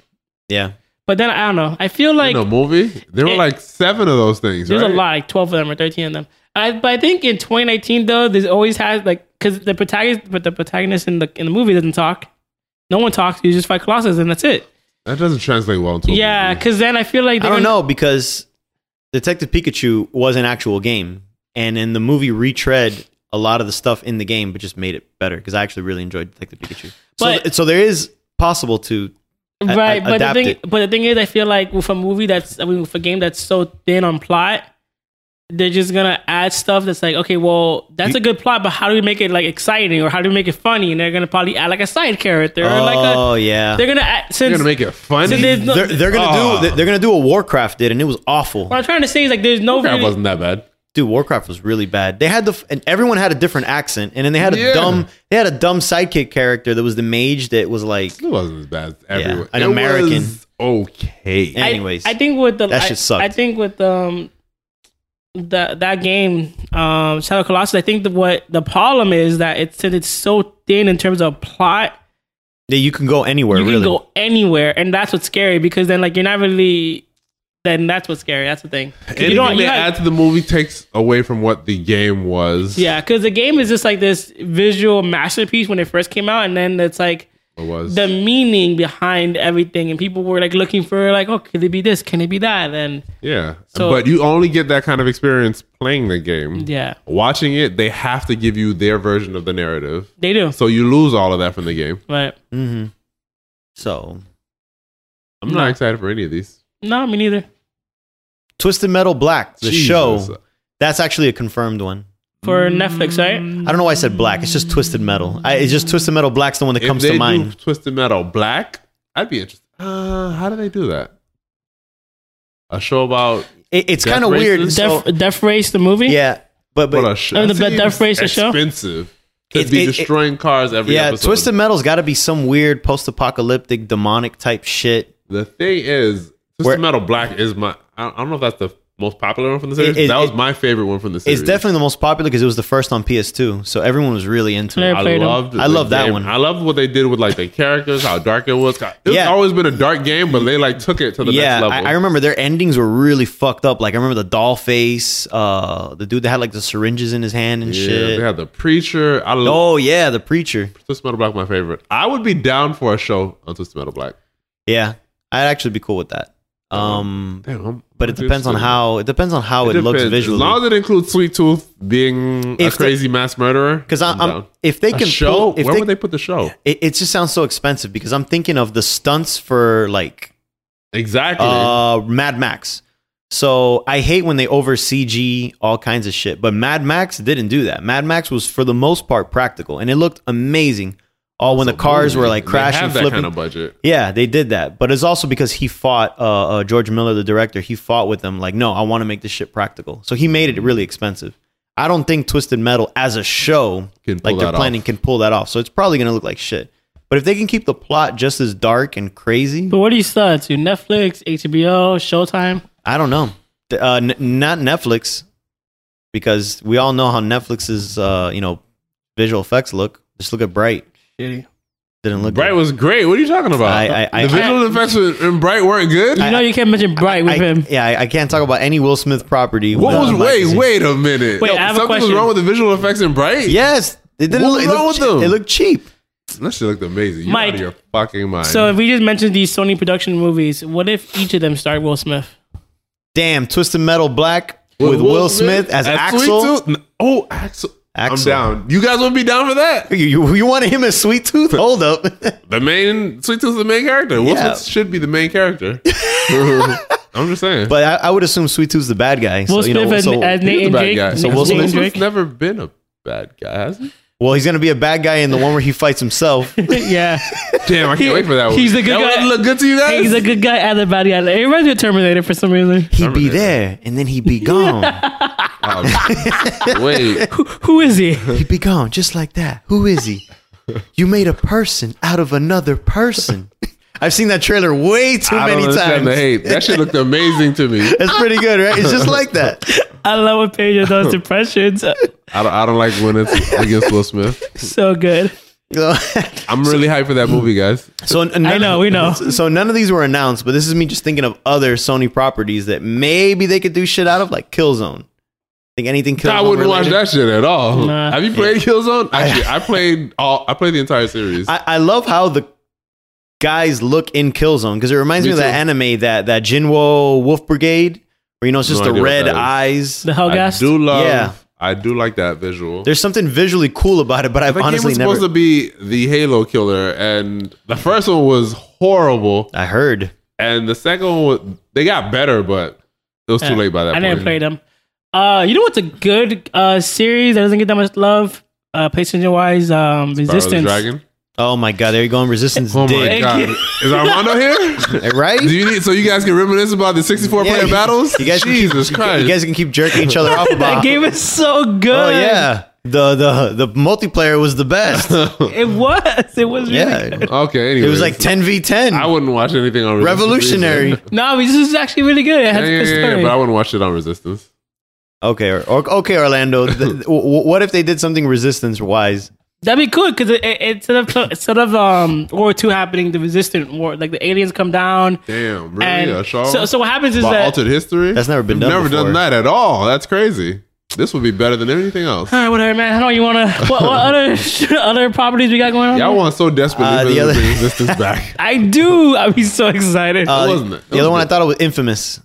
Speaker 3: Yeah.
Speaker 1: but then I don't know. I feel like
Speaker 2: in a movie? There were
Speaker 1: it-
Speaker 2: like seven of those things.
Speaker 1: There's
Speaker 2: right?
Speaker 1: a lot, like 12 of them or 13 of them. I, but I think in 2019 though, there's always has like because the protagonist, but the protagonist in the in the movie doesn't talk. No one talks. You just fight Colossus and that's it.
Speaker 2: That doesn't translate well into. a
Speaker 1: Yeah,
Speaker 2: movie.
Speaker 1: because then I feel like
Speaker 3: I
Speaker 1: they're
Speaker 3: don't
Speaker 1: gonna-
Speaker 3: know because Detective Pikachu was an actual game and in the movie retread a lot of the stuff in the game but just made it better because I actually really enjoyed Detective Pikachu. so,
Speaker 1: But-
Speaker 3: th- so there is possible to a-
Speaker 1: right?
Speaker 3: a-
Speaker 1: but the
Speaker 3: adapt
Speaker 1: thing,
Speaker 3: it.
Speaker 1: but the thing is, I feel like with a movie that's I mean with a game that's so thin on plot, they're just gonna add stuff that's like, okay, well, that's a good plot, but how do we make it like exciting or how do we make it funny? And they're gonna probably add like a side character or like
Speaker 3: oh
Speaker 1: a
Speaker 3: yeah.
Speaker 1: they're gonna add since
Speaker 2: You're gonna make it funny.
Speaker 1: since there's no-
Speaker 3: They're, they're gonna
Speaker 2: Ah.
Speaker 3: do they're gonna do what Warcraft did, and it was awful.
Speaker 1: what I'm trying to say is like there's no
Speaker 2: that
Speaker 1: really-
Speaker 2: wasn't that bad.
Speaker 3: Dude, Warcraft was really bad. They had the f- and everyone had a different accent, and then they had a
Speaker 2: Yeah.
Speaker 3: dumb they had a dumb sidekick character that was the mage that was like
Speaker 2: It wasn't as bad as everyone.
Speaker 3: an
Speaker 2: It
Speaker 3: American.
Speaker 2: was okay.
Speaker 1: I-
Speaker 3: anyways.
Speaker 1: I, think with the
Speaker 3: that
Speaker 1: I-
Speaker 3: shit sucked.
Speaker 1: I think with um that that game um Shadow of Colossus. I think the, what the problem is that it's since it's so thin in terms of plot,
Speaker 3: that you can go anywhere
Speaker 1: you can
Speaker 3: really.
Speaker 1: go anywhere, and that's what's scary because then like you're not really. Then that's what's scary. That's the thing. 'Cause
Speaker 2: Anything they
Speaker 1: have-
Speaker 2: add to the movie takes away from what the game was.
Speaker 1: Yeah, because the game is just like this visual masterpiece when it first came out, and then it's like
Speaker 2: It was.
Speaker 1: the meaning behind everything, and people were like looking for like, oh, could it be this? Can it be that? And
Speaker 2: yeah.
Speaker 1: So-
Speaker 2: but you only get that kind of experience playing the
Speaker 3: Hmm.
Speaker 2: game.
Speaker 1: yeah,
Speaker 2: Watching it, they have to give you their version of the narrative.
Speaker 1: they do.
Speaker 2: So you lose all of that from the game.
Speaker 1: But
Speaker 3: hmm So,
Speaker 2: I'm
Speaker 1: No.
Speaker 2: not excited for any of these.
Speaker 1: no, me neither.
Speaker 3: Twisted Metal Black, the
Speaker 2: Jesus.
Speaker 3: show, that's actually a confirmed one.
Speaker 1: For Netflix,
Speaker 2: Mm,
Speaker 1: right?
Speaker 3: I don't know why I said black. It's just Twisted Metal. I, it's just Twisted Metal Black's the one that
Speaker 2: If
Speaker 3: comes
Speaker 2: they
Speaker 3: to
Speaker 2: do
Speaker 3: mind.
Speaker 2: Twisted Metal Black, I'd be interested. Uh, how do they do that? A show about
Speaker 3: It, it's
Speaker 2: Death
Speaker 3: kind of
Speaker 2: Races? Oh.
Speaker 3: weird. so-
Speaker 1: Def, Death Race, the movie.
Speaker 3: yeah, but
Speaker 2: what
Speaker 3: but
Speaker 2: a sh-
Speaker 1: Oh, the
Speaker 2: that
Speaker 1: Death
Speaker 2: seems
Speaker 1: Race, the show?
Speaker 2: Expensive to
Speaker 3: It-
Speaker 2: be
Speaker 3: it- it-
Speaker 2: destroying cars every
Speaker 3: yeah,
Speaker 2: episode.
Speaker 3: Twisted Metal's got to be some weird post-apocalyptic demonic type shit.
Speaker 2: The thing is, Twisted
Speaker 3: Where-
Speaker 2: Metal Black is my. I I don't know if that's the most popular one from the series.
Speaker 3: It- it-
Speaker 2: that was
Speaker 3: it-
Speaker 2: my favorite one from the series.
Speaker 3: It's definitely the most popular because it was the first on PS2, so everyone was really into
Speaker 1: Yeah.
Speaker 3: it.
Speaker 2: I
Speaker 1: played 'em.
Speaker 2: loved.
Speaker 3: I
Speaker 2: the
Speaker 3: love that
Speaker 2: game.
Speaker 3: one.
Speaker 2: I loved what they did with like the characters, how dark it was. It's
Speaker 3: Yeah.
Speaker 2: always been a dark game, but they like took it to the
Speaker 3: yeah,
Speaker 2: next level.
Speaker 3: I, I remember their endings were really fucked up. Like I remember the doll face, uh, the dude that had like the syringes in his hand and
Speaker 2: yeah,
Speaker 3: shit.
Speaker 2: They had the preacher. I love
Speaker 3: oh yeah, the preacher.
Speaker 2: Twisted Metal Black. My favorite. I would be down for a show on Twisted Metal Black.
Speaker 3: Yeah, I'd actually be cool with that. Um,
Speaker 2: Damn, I'm-
Speaker 3: but it
Speaker 2: I'm
Speaker 3: depends on
Speaker 2: interested.
Speaker 3: how it depends on how it, looks
Speaker 2: depends.
Speaker 3: visually.
Speaker 2: As long as it includes Sweet Tooth being
Speaker 3: If
Speaker 2: a
Speaker 3: the-
Speaker 2: crazy mass murderer.
Speaker 3: Because I'm,
Speaker 2: down.
Speaker 3: if they
Speaker 2: A
Speaker 3: can
Speaker 2: show.
Speaker 3: pull- if
Speaker 2: Where
Speaker 3: they,
Speaker 2: would they put the show?
Speaker 3: it, it just sounds so expensive because I'm thinking of the stunts for like
Speaker 2: Exactly.
Speaker 3: uh, Mad Max. So I hate when they over CG all kinds of shit, but Mad Max didn't do that. Mad Max was for the most part practical, and it looked amazing. All when the cars were like
Speaker 2: They
Speaker 3: crashing,
Speaker 2: have that
Speaker 3: flipping.
Speaker 2: kind of budget.
Speaker 3: Yeah, they did that, but it's also because he fought uh, uh, George Miller, the director. He fought with them, like, no, I want to make this shit practical. So he
Speaker 2: Mm-hmm.
Speaker 3: made it really expensive. I don't think Twisted Metal as a show,
Speaker 2: Can pull
Speaker 3: like they're
Speaker 2: that
Speaker 3: planning, can pull that off. So it's probably gonna look like shit. But if they can keep the plot just as dark and crazy,
Speaker 1: But what do you start to? Netflix, HBO, Showtime.
Speaker 3: I don't know. Th- Uh, n- not Netflix, because we all know how Netflix's uh, you know visual effects look. Just look at Bright.
Speaker 1: Shitty.
Speaker 3: Didn't look
Speaker 2: Bright
Speaker 3: good.
Speaker 2: was great. What are you talking about?
Speaker 3: I- I- I-
Speaker 2: the visual effects in in Bright weren't good.
Speaker 1: You know you can't mention Bright with
Speaker 3: I-
Speaker 1: him.
Speaker 3: Yeah, I, I can't talk about any Will Smith property.
Speaker 2: what was?
Speaker 3: without Mike
Speaker 2: Wait,
Speaker 3: Mazzini.
Speaker 2: wait a minute.
Speaker 1: Wait, I have a
Speaker 2: Something was
Speaker 1: question.
Speaker 2: wrong with the visual effects in Bright.
Speaker 3: Yes, it didn't.
Speaker 2: What
Speaker 3: look,
Speaker 2: was
Speaker 3: it,
Speaker 2: wrong with
Speaker 3: looked cheap.
Speaker 2: them?
Speaker 3: it looked cheap.
Speaker 2: that shit looked amazing. You
Speaker 1: Mike.
Speaker 2: out of your fucking mind.
Speaker 1: So if we just mentioned these Sony production movies, what if each of them starred Will Smith?
Speaker 3: Damn, Twisted Metal Black with Will, Smith, as,
Speaker 2: Sweet
Speaker 3: Axel.
Speaker 2: Tooth? N- Oh, Axel.
Speaker 3: Axel.
Speaker 2: I'm down. You guys would be down for that.
Speaker 3: You, you, you wanted him as Sweet Tooth? Hold up.
Speaker 2: The main Sweet Tooth's the main character. Will
Speaker 3: Yeah.
Speaker 2: Smith should be the main character. I'm just saying.
Speaker 3: but I, I would assume Sweet Tooth's the bad guy.
Speaker 1: Will
Speaker 3: so, you know,
Speaker 1: Smith
Speaker 3: so-
Speaker 1: and, as
Speaker 2: He's
Speaker 1: Nate
Speaker 2: a
Speaker 1: and
Speaker 2: bad
Speaker 1: Jake.
Speaker 2: guy.
Speaker 1: Nate
Speaker 2: So Will
Speaker 1: Nate
Speaker 2: Smith
Speaker 1: and Jake.
Speaker 2: Smith's never been a bad guy, has he?
Speaker 3: well, he's gonna be a bad guy in the one where he fights himself.
Speaker 1: yeah,
Speaker 2: Damn, I can't wait for that one.
Speaker 1: he's the good
Speaker 2: that
Speaker 1: guy.
Speaker 2: One look good to you guys?
Speaker 1: he's a good guy and a bad guy. It reminds me of Terminator for some reason.
Speaker 3: He'd be
Speaker 2: Terminator.
Speaker 3: there and then he'd be gone.
Speaker 2: Oh, wait,
Speaker 1: Who, who is he?
Speaker 3: he'd be gone just like that. Who is he? You made a person out of another person. I've seen that trailer way too
Speaker 2: I don't
Speaker 3: many
Speaker 2: understand the
Speaker 3: times.
Speaker 2: hate. That shit looked amazing to me.
Speaker 3: That's pretty good, right? It's just like that.
Speaker 1: I love what Pedro does impressions. Uh,
Speaker 2: I don't, I don't like when it's against Will Smith.
Speaker 1: So good.
Speaker 3: So-
Speaker 2: I'm really hyped for that movie, guys.
Speaker 3: So n- none
Speaker 1: I
Speaker 3: of-
Speaker 1: know, we know.
Speaker 3: So none of these were announced, but this is me just thinking of other Sony properties that maybe they could do shit out of, like Killzone. Think anything Killzone?
Speaker 2: I wouldn't watch
Speaker 3: related?
Speaker 2: that shit at all.
Speaker 1: Nah.
Speaker 2: Have you played Killzone? Actually, I played all. I played the entire series.
Speaker 3: I, I love how the guys look in Killzone because it reminds me,
Speaker 2: Me
Speaker 3: of that anime that that Jinwo Wolf Brigade, where you know it's just
Speaker 2: No
Speaker 3: the
Speaker 2: idea what
Speaker 3: red
Speaker 2: that is.
Speaker 3: eyes.
Speaker 1: The
Speaker 2: I
Speaker 1: Hellgast.
Speaker 2: do love.
Speaker 3: Yeah.
Speaker 2: I do like that visual.
Speaker 3: There's something visually cool about it, but I've
Speaker 2: That game
Speaker 3: honestly
Speaker 2: was
Speaker 3: never.
Speaker 2: supposed to be the Halo killer, and the first one was horrible,
Speaker 3: I heard.
Speaker 2: and the second one was, they got better, but it was
Speaker 1: Yeah.
Speaker 2: too late by that
Speaker 1: I
Speaker 2: point.
Speaker 1: didn't play them. Uh, you know what's a good uh series that doesn't get that much love? Uh, PlayStation wise, um,
Speaker 2: Resistance.
Speaker 1: Resistance.
Speaker 2: Dragon.
Speaker 3: Oh my god, there you go on resistance
Speaker 2: Oh my
Speaker 3: dick.
Speaker 2: god.
Speaker 1: you.
Speaker 2: Is Armando here?
Speaker 3: Right?
Speaker 2: Do you need so you guys can reminisce about the 64
Speaker 3: Yeah,
Speaker 2: player
Speaker 3: you-
Speaker 2: battles?
Speaker 3: you guys can keep-
Speaker 2: Jesus Christ.
Speaker 3: You guys can keep jerking each other off
Speaker 1: That
Speaker 3: about.
Speaker 1: game is so good.
Speaker 3: oh yeah. The the the multiplayer was the best.
Speaker 1: it was. It was. Really
Speaker 3: Yeah.
Speaker 1: good.
Speaker 2: okay, anyway.
Speaker 3: It was like 10 v 10.
Speaker 2: I wouldn't watch anything on Resistance.
Speaker 3: Revolutionary.
Speaker 1: No, this is actually really good. It
Speaker 2: Yeah,
Speaker 1: has
Speaker 2: yeah,
Speaker 1: a good
Speaker 2: yeah, yeah,
Speaker 1: story.
Speaker 2: but I wouldn't watch it on Resistance.
Speaker 3: Okay, or, or- okay, Orlando. th- th- w- what if they did something resistance wise?
Speaker 1: That'd be cool because it, it, it's sort of it's sort of um World War Two happening, the Resistant War, like the aliens come down.
Speaker 2: Damn, really?
Speaker 1: And
Speaker 2: a show
Speaker 1: so, so what happens is
Speaker 2: about
Speaker 1: that
Speaker 2: altered history?
Speaker 3: That's never been
Speaker 2: We've
Speaker 3: done
Speaker 2: Never
Speaker 3: before.
Speaker 2: done that at all. That's crazy. This would be better than anything else.
Speaker 1: all right, whatever, man. I don't you want to what, what other other properties we got going on?
Speaker 2: Y'all want so desperately
Speaker 3: Uh,
Speaker 2: for them
Speaker 3: the
Speaker 2: to
Speaker 3: other-
Speaker 2: bring Resistance back.
Speaker 1: I do. I'd be so excited.
Speaker 3: Uh,
Speaker 2: wasn't it? That
Speaker 3: The
Speaker 2: was
Speaker 3: other one I
Speaker 2: good.
Speaker 3: thought it was infamous.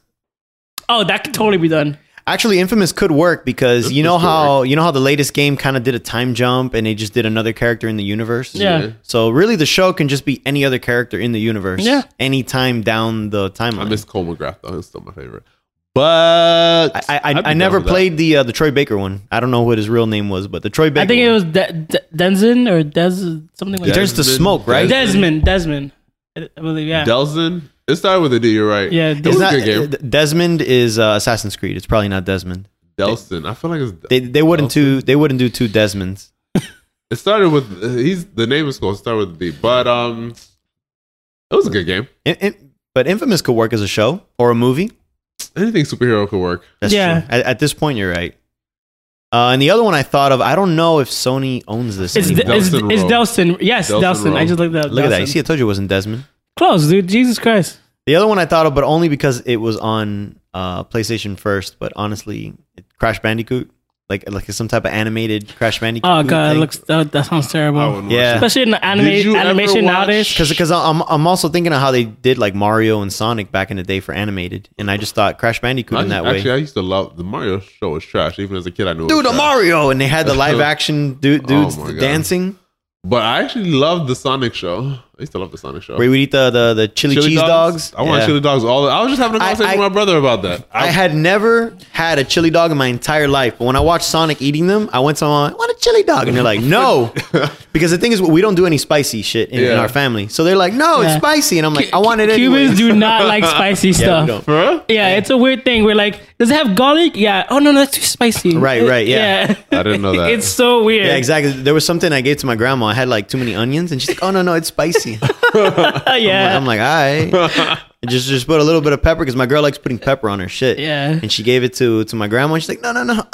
Speaker 1: oh, that could totally be done.
Speaker 3: Actually, infamous could work because you
Speaker 2: Infamous
Speaker 3: know
Speaker 2: could
Speaker 3: how you know how the latest game kind of did a time jump and they just did another character in the universe.
Speaker 1: Yeah.
Speaker 3: So really, the show can just be any other character in the universe.
Speaker 1: Yeah.
Speaker 3: Anytime down the
Speaker 2: I
Speaker 3: timeline.
Speaker 2: miss Cole McGrath though. He's still my favorite. But
Speaker 3: I I,
Speaker 2: I'd be
Speaker 3: I, I
Speaker 2: down
Speaker 3: never
Speaker 2: with that.
Speaker 3: played the uh, the Troy Baker one. I don't know what his real name was, but the Troy Baker.
Speaker 1: I think
Speaker 3: one.
Speaker 1: it was De- De- Denzin or Des something like
Speaker 3: Turns
Speaker 1: that.
Speaker 3: to smoke, right?
Speaker 1: Desmond. Desmond. I I believe. Yeah.
Speaker 2: Delzin. It started with a D. You're right.
Speaker 1: Yeah,
Speaker 2: it
Speaker 1: Des-
Speaker 2: was a
Speaker 3: It's not, uh,
Speaker 2: good game.
Speaker 3: Desmond is uh, Assassin's Creed. It's probably not Desmond.
Speaker 2: Delson. I feel like it's.
Speaker 3: They they wouldn't do they wouldn't do two Desmonds.
Speaker 2: it started with. uh, He's the name is going to start with a D. But um, it was a good game.
Speaker 3: In, in, but Infamous could work as a show or a movie.
Speaker 2: Anything superhero could work.
Speaker 3: That's
Speaker 1: Yeah.
Speaker 3: true. At, at this point, you're right. Uh, and the other one I thought of, I don't know if Sony owns this.
Speaker 1: It's,
Speaker 3: anymore.
Speaker 1: De- it's,
Speaker 2: Delson
Speaker 1: it's
Speaker 2: Rowe.
Speaker 1: Delson. Yes,
Speaker 2: Delson
Speaker 1: Delson. I
Speaker 2: Rowe.
Speaker 1: just looked that.
Speaker 3: Look at that. You
Speaker 1: Delson.
Speaker 3: see, I told you it wasn't Desmond.
Speaker 1: Close, dude. Jesus Christ.
Speaker 3: The other one I thought of, but only because it was on uh, PlayStation first. But honestly, it, Crash Bandicoot, like like some type of animated Crash Bandicoot.
Speaker 1: Oh god, it
Speaker 3: thing.
Speaker 1: looks that, that sounds
Speaker 2: I
Speaker 1: terrible.
Speaker 2: wouldn't Watch
Speaker 3: Yeah.
Speaker 2: it.
Speaker 1: Especially in the
Speaker 2: Did you
Speaker 1: anima-
Speaker 2: ever
Speaker 1: animation
Speaker 2: watch-
Speaker 1: nowadays.
Speaker 3: Because because I'm I'm also thinking of how they did like Mario and Sonic back in the day for animated, and I just thought Crash Bandicoot
Speaker 2: I
Speaker 3: in
Speaker 2: used-
Speaker 3: that
Speaker 2: actually,
Speaker 3: way.
Speaker 2: I used to love the Mario show was trash. Even as a kid, I knew. it was
Speaker 3: Dude, a
Speaker 2: trash.
Speaker 3: Mario, and they had the live action dude,
Speaker 2: Oh
Speaker 3: dudes
Speaker 2: my God.
Speaker 3: dancing.
Speaker 2: But I actually loved the Sonic show. I used to love the Sonic show.
Speaker 3: Where you would eat the the, the chili, cheese dogs.
Speaker 2: I want
Speaker 3: Yeah.
Speaker 2: chili dogs. All the, I was just having a
Speaker 3: I-
Speaker 2: conversation
Speaker 3: I-
Speaker 2: with my brother about that.
Speaker 3: I had never had a chili dog in my entire life, but when I watched Sonic eating them, I went to my mom, I want a chili dog, and they're like, no, because the thing is, we don't do any spicy shit in, in
Speaker 2: Yeah.
Speaker 3: our family, so they're like, no, it's
Speaker 1: Yeah.
Speaker 3: spicy, and I'm like, I want it.
Speaker 1: Cubans
Speaker 3: anyways."
Speaker 1: do not like spicy
Speaker 3: Yeah, we
Speaker 1: stuff.
Speaker 3: don't.
Speaker 2: for real?
Speaker 1: Yeah, it's a weird thing. We're like, does it have garlic? Yeah. Oh no, no, that's too spicy.
Speaker 3: Right, right, yeah.
Speaker 2: I didn't know that.
Speaker 1: it's so weird.
Speaker 3: Yeah, exactly. There was something I gave to my grandma. I had like too many onions, and she's like, "Oh no, no, it's spicy."
Speaker 1: yeah.
Speaker 3: I'm like, all right. just just put a little bit of pepper because my girl likes putting pepper on her shit.
Speaker 1: Yeah.
Speaker 3: And she gave it to to my grandma. And she's like, no, no, no.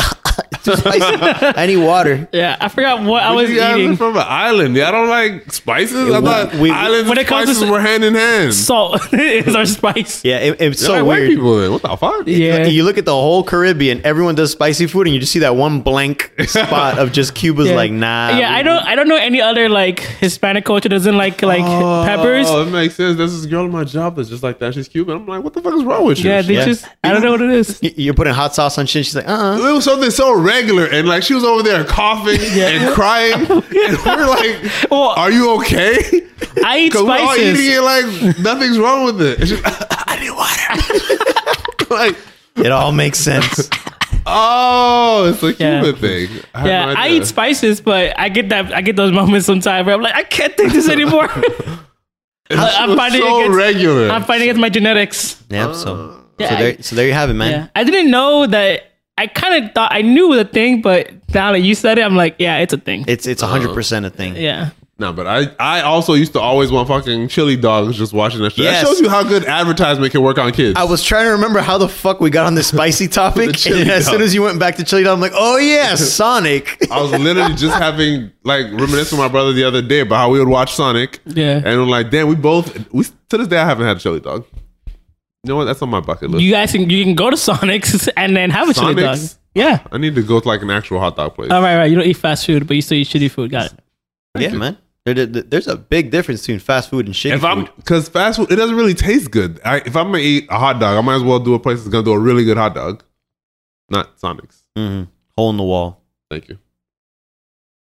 Speaker 3: it's too spicy. I need water.
Speaker 1: yeah. I forgot what I
Speaker 2: But
Speaker 1: was
Speaker 2: you guys are
Speaker 1: eating.
Speaker 2: from an island. Y'all don't like spices. I
Speaker 3: we-
Speaker 2: thought
Speaker 3: we-
Speaker 2: islands
Speaker 1: When
Speaker 2: and
Speaker 1: it comes to
Speaker 2: spices
Speaker 1: s-
Speaker 2: were hand in hand.
Speaker 1: Salt is our spice.
Speaker 3: Yeah, it, it's
Speaker 2: Y'all
Speaker 3: so
Speaker 2: like White
Speaker 3: weird.
Speaker 2: people then. What the fuck?
Speaker 1: Yeah.
Speaker 3: You look at the whole Caribbean, everyone does spicy food, and you just see that one blank spot of just Cuba's
Speaker 1: Yeah.
Speaker 3: like, nah.
Speaker 1: Yeah, I don't. I don't know any other like Hispanic culture doesn't like like
Speaker 2: Oh,
Speaker 1: peppers.
Speaker 2: it makes sense. There's this girl in my job that's just like that. She's Cuban. I'm like, what the fuck is wrong with you?
Speaker 1: Yeah, they
Speaker 3: Yeah.
Speaker 1: just. I don't know what it is.
Speaker 3: Y- You're putting hot sauce on shit. She's like, uh uh
Speaker 2: it was something so regular, and like she was over there coughing and crying, and we're like,
Speaker 1: Well-
Speaker 2: "Are you okay?"
Speaker 1: I eat
Speaker 2: Because we're all eating
Speaker 1: spices.
Speaker 2: it like nothing's wrong with it. And she's, I need water. like,
Speaker 3: It all makes sense.
Speaker 2: oh, it's a
Speaker 1: Yeah.
Speaker 2: Cuban thing. I had
Speaker 1: Yeah,
Speaker 2: no
Speaker 1: I
Speaker 2: idea.
Speaker 1: eat spices, but I get that I get those moments sometimes where I'm like, I can't take this anymore.
Speaker 2: It's
Speaker 1: I'm finding
Speaker 2: so
Speaker 1: it gets-
Speaker 2: regular.
Speaker 1: I'm fighting against my genetics.
Speaker 3: yep. So,
Speaker 1: Yeah,
Speaker 3: so,
Speaker 1: I-
Speaker 3: there, so there you have it, man.
Speaker 1: Yeah, I didn't know that. I kind of thought I knew the thing, but now that you said it, I'm like, yeah, it's a thing.
Speaker 3: It's it's 100% a thing.
Speaker 1: yeah,
Speaker 2: No, but I, I also used to always want fucking chili dogs just watching that shit.
Speaker 3: Yes.
Speaker 2: That shows you how good advertisement can work on kids.
Speaker 3: I was trying to remember how the fuck we got on this spicy topic,
Speaker 2: chili
Speaker 3: and as
Speaker 2: dog.
Speaker 3: soon as you went back to chili dog, I'm like, oh yeah, Sonic.
Speaker 2: I was literally just having like reminiscing with my brother the other day about how we would watch Sonic.
Speaker 1: Yeah.
Speaker 2: And I'm like, damn, we both we to this day I haven't had a chili dog. You know what? That's on my bucket list.
Speaker 1: you guys can you can go to Sonic's and then have a chili dog.
Speaker 2: Sonic's?
Speaker 1: Yeah.
Speaker 2: I need to go to like an actual hot dog place.
Speaker 1: All right, right. You don't eat fast food, but you still eat shitty food. Got it.
Speaker 3: yeah, man. There, there- there's a big difference between fast food and shitty
Speaker 2: if I'm
Speaker 3: food.
Speaker 2: because fast food, it doesn't really taste good. I, if I'm gonna eat a hot dog, I might as well do a place that's gonna do a really good hot dog, not Sonic's.
Speaker 3: Mhm. Hole in the wall.
Speaker 2: Thank you.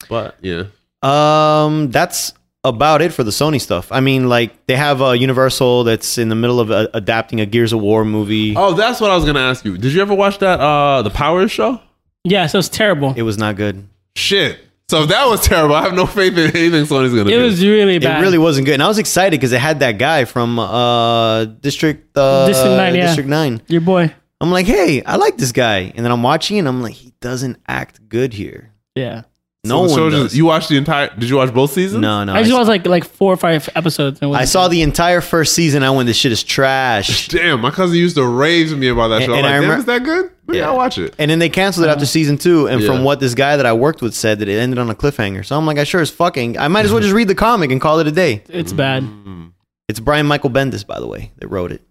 Speaker 2: But yeah,
Speaker 3: Um, that's about it for the Sony stuff. I mean, like they have uh, Universal that's in the middle of uh, adapting a Gears of War movie.
Speaker 2: Oh, that's what I was gonna ask you. Did you ever watch that uh the Power show?
Speaker 1: Yeah, so it's terrible.
Speaker 3: It was not good.
Speaker 2: Shit. So if that was terrible, I have no faith in anything Sony's gonna
Speaker 1: It
Speaker 2: do.
Speaker 1: was really bad.
Speaker 3: It really wasn't good, and I was excited because it had that guy from uh, District uh,
Speaker 1: District Nine, yeah.
Speaker 3: District Nine.
Speaker 1: Your boy.
Speaker 3: I'm like, hey, I like this guy, and then I'm watching, and I'm like, he doesn't act good here.
Speaker 1: Yeah.
Speaker 3: No
Speaker 2: So
Speaker 3: one
Speaker 2: just-
Speaker 3: does.
Speaker 2: you watched the entire did you watch both seasons?
Speaker 3: no, no.
Speaker 1: I
Speaker 3: I,
Speaker 1: just
Speaker 3: s-
Speaker 1: watched like like four or five episodes. And
Speaker 3: I
Speaker 1: wasn't-
Speaker 3: saw the entire first season. I went, this shit is trash.
Speaker 2: Damn, my cousin used to rave to me about that
Speaker 3: And-
Speaker 2: show. I'm
Speaker 3: and
Speaker 2: like,
Speaker 3: I
Speaker 2: damn,
Speaker 3: remem-
Speaker 2: is that good? Maybe
Speaker 3: Yeah.
Speaker 2: I'll watch it.
Speaker 3: And then they canceled it after season two. And
Speaker 2: Yeah.
Speaker 3: from what this guy that I worked with said, that it ended on a cliffhanger. So I'm like, I sure as fucking. I might as well just read the comic and call it a day.
Speaker 1: It's bad.
Speaker 3: Mm. It's Brian Michael Bendis, by the way, that wrote it.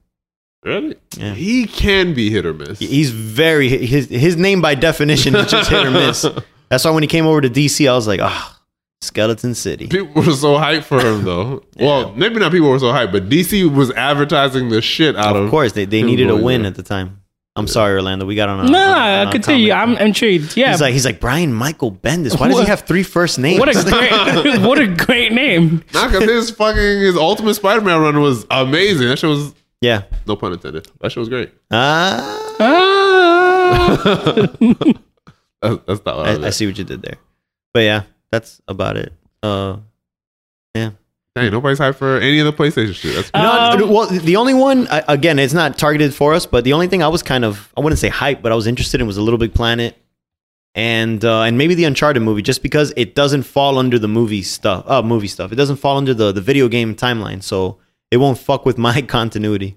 Speaker 2: Really?
Speaker 3: Yeah.
Speaker 2: He can be hit or miss.
Speaker 3: He's very his his name by definition is just hit or miss. That's why when he came over to DC, I was like, ah, Skeleton City.
Speaker 2: People were so hyped for him though. Well, maybe not people were so hyped, but DC was advertising the shit out of,
Speaker 3: Of course, they, they
Speaker 2: Dude,
Speaker 3: needed a
Speaker 2: boy,
Speaker 3: win
Speaker 2: yeah.
Speaker 3: at the time. I'm sorry, Orlando. We got on. A,
Speaker 1: No,
Speaker 3: on a- on
Speaker 1: no,
Speaker 3: a
Speaker 1: continue.
Speaker 3: comic.
Speaker 1: I'm intrigued. Yeah.
Speaker 3: He's like he's like Brian Michael Bendis. Why does
Speaker 1: What-
Speaker 3: he have three first names?
Speaker 1: what a great, what a great name.
Speaker 2: Nah, cause his fucking his Ultimate Spider-Man run was amazing. That shit was
Speaker 3: yeah.
Speaker 2: no pun intended. That shit was great.
Speaker 3: Ah,
Speaker 1: Ah.
Speaker 2: That's, that's not what I,
Speaker 3: I, I
Speaker 2: was
Speaker 3: see what you did there. But yeah, that's about it. Uh,
Speaker 2: Dang, nobody's hyped for any of the PlayStation shit. That's
Speaker 1: Uh, Um,
Speaker 3: no, well, the only one I, again, it's not targeted for us, but the only thing I was kind of I wouldn't say hype, but I was interested in was a Little Big Planet, and uh, and maybe the Uncharted movie, just because it doesn't fall under the movie stuff. Uh, movie stuff. It doesn't fall under the the video game timeline, so it won't fuck with my continuity.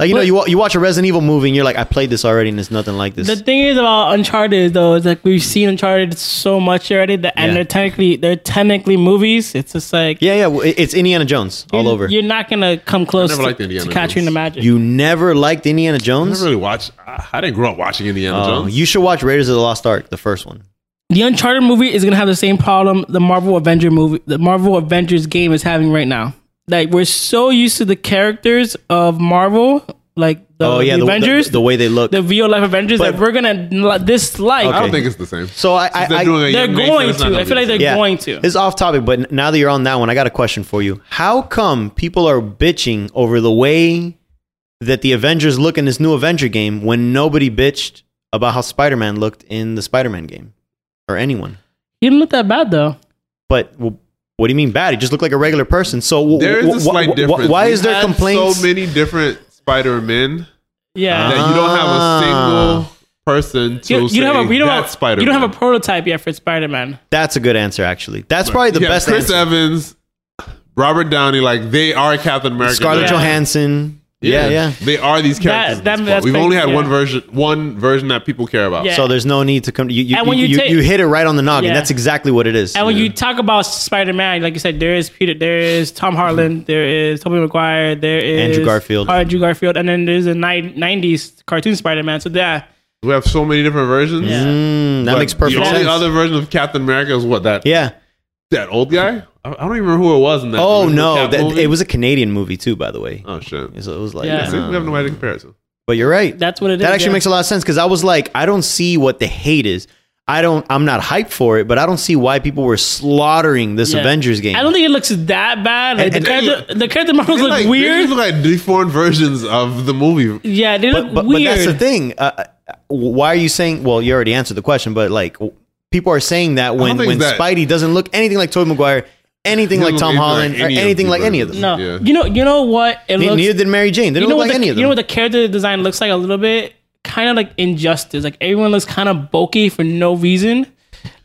Speaker 3: Like you know,
Speaker 1: But-
Speaker 3: you wa- you watch a Resident Evil movie and you're like, I played this already, and it's nothing like this.
Speaker 1: The thing is about Uncharted though is like we've seen Uncharted so much already that and
Speaker 3: Yeah.
Speaker 1: they're technically they're technically movies. It's just like
Speaker 3: yeah, yeah, w- it- it's Indiana Jones all over.
Speaker 1: You're not gonna come close
Speaker 2: never liked
Speaker 1: to, to
Speaker 2: Indiana
Speaker 1: capturing
Speaker 2: Jones.
Speaker 1: the magic.
Speaker 3: You never liked Indiana
Speaker 2: I
Speaker 3: Jones?
Speaker 2: never really watched. I, I didn't grow up watching Indiana
Speaker 3: Oh,
Speaker 2: Jones.
Speaker 3: you should watch Raiders of the Lost Ark, the first one.
Speaker 1: the Uncharted movie is gonna have the same problem the Marvel Avenger movie, the Marvel Avengers game is having right now. Like we're so used to the characters of Marvel, like the,
Speaker 3: oh yeah,
Speaker 1: the
Speaker 3: the, the-
Speaker 1: Avengers,
Speaker 3: the
Speaker 1: the,
Speaker 3: way they look.
Speaker 1: real life Avengers
Speaker 3: But-
Speaker 1: that we're gonna li- dislike.
Speaker 2: I don't
Speaker 3: Okay.
Speaker 2: think it's the same.
Speaker 3: so I, I,
Speaker 2: If they're
Speaker 3: I-
Speaker 2: doing a
Speaker 1: They're
Speaker 2: young Nathan,
Speaker 1: going
Speaker 2: it's not
Speaker 1: to.
Speaker 2: gonna
Speaker 1: I feel
Speaker 2: be
Speaker 1: like
Speaker 2: the
Speaker 1: they're going to.
Speaker 3: It's off topic, but now that you're on that one, I got a question for you. How come people are bitching over the way that the Avengers look in this new Avenger game when nobody bitched about how Spider Man looked in the Spider Man game or anyone?
Speaker 1: He didn't look that bad though.
Speaker 3: But well, what do you mean bad? He just looked like a regular person. So wh-
Speaker 2: There is
Speaker 3: wh-
Speaker 2: a
Speaker 3: wh-
Speaker 2: slight
Speaker 3: wh-
Speaker 2: difference.
Speaker 3: why is
Speaker 2: We've
Speaker 3: there
Speaker 2: had
Speaker 3: complaints?
Speaker 2: So many different Spider-Men
Speaker 3: Uh,
Speaker 1: Yeah.
Speaker 2: that you don't have a
Speaker 3: Ah.
Speaker 2: single person to
Speaker 1: you, you
Speaker 2: say
Speaker 1: don't have a, you don't have
Speaker 2: that's
Speaker 1: a,
Speaker 2: Spider-Man.
Speaker 1: You don't have a prototype yet for Spider Man.
Speaker 3: That's a good answer, actually. That's probably the
Speaker 2: You have
Speaker 3: best
Speaker 2: Chris
Speaker 3: answer.
Speaker 2: Evans, Robert Downey, like they are Captain America.
Speaker 3: Scarlett
Speaker 1: Yeah.
Speaker 2: now.
Speaker 3: Johansson. Yeah, yeah.
Speaker 2: They are these characters.
Speaker 1: that-
Speaker 2: at this
Speaker 1: that's
Speaker 2: point. We've
Speaker 1: fake,
Speaker 2: only had
Speaker 1: yeah.
Speaker 2: one version, one version that people care about.
Speaker 1: Yeah.
Speaker 3: So there's no need to come. You you,
Speaker 1: And when
Speaker 3: you,
Speaker 1: you
Speaker 3: you,
Speaker 1: take-
Speaker 3: you hit it right on the noggin.
Speaker 1: Yeah.
Speaker 3: That's exactly what it is.
Speaker 1: And when you talk about Spider Man, like you said, there is Peter, there is Tom Harlan, there is Tobey Maguire, there is
Speaker 3: Andrew Garfield.
Speaker 1: Andrew Garfield, and then there's a ni- '90s cartoon Spider Man. So yeah,
Speaker 2: We have so many different versions.
Speaker 1: Yeah.
Speaker 3: Mm, that
Speaker 2: But
Speaker 3: makes perfect
Speaker 2: The only
Speaker 3: sense.
Speaker 2: other version of Captain America is what that
Speaker 3: yeah.
Speaker 2: that old guy. I I don't even remember who it was in that.
Speaker 3: Oh
Speaker 2: original
Speaker 3: no,
Speaker 2: Cap
Speaker 3: that,
Speaker 2: movie.
Speaker 3: it was a Canadian movie too, by the way.
Speaker 2: Oh shit.
Speaker 3: So it was like,
Speaker 1: Yeah.
Speaker 2: See, we have
Speaker 3: uh,
Speaker 2: nobody to compare it to.
Speaker 3: but you're right.
Speaker 1: that's what it is.
Speaker 3: That actually
Speaker 1: yeah.
Speaker 3: makes a lot of sense because I was like, I don't see what the hate is. I don't. I'm not hyped for it, but I don't see why people were slaughtering this
Speaker 1: Yeah.
Speaker 3: Avengers game.
Speaker 1: I don't think it looks that bad. Like,
Speaker 3: And-
Speaker 1: the,
Speaker 2: and-
Speaker 1: character, the character models
Speaker 2: They
Speaker 1: look
Speaker 2: like,
Speaker 1: weird.
Speaker 2: These look like deformed versions of the movie.
Speaker 1: yeah, they look
Speaker 3: but, but, but
Speaker 1: weird.
Speaker 3: that's the thing. Uh, uh, why are you saying? Well, you already answered the question, but like w- people are saying that when
Speaker 2: think
Speaker 3: when
Speaker 2: that-
Speaker 3: Spidey doesn't look anything like Tobey Maguire, anything
Speaker 2: Doesn't
Speaker 3: like
Speaker 2: look
Speaker 3: Tom
Speaker 2: anything like
Speaker 3: Holland, or
Speaker 2: any of
Speaker 3: anything
Speaker 2: the
Speaker 3: like any of
Speaker 2: versions.
Speaker 3: them.
Speaker 1: no,
Speaker 2: Yeah.
Speaker 1: you know, you know what? It
Speaker 3: Ne-
Speaker 1: looks.
Speaker 3: Neither did Mary Jane. They
Speaker 1: you know
Speaker 3: don't look
Speaker 1: what
Speaker 3: like
Speaker 1: the,
Speaker 3: any of them.
Speaker 1: You know what the character design looks like a little bit, kind of like Injustice. Like everyone looks kind of bulky for no reason.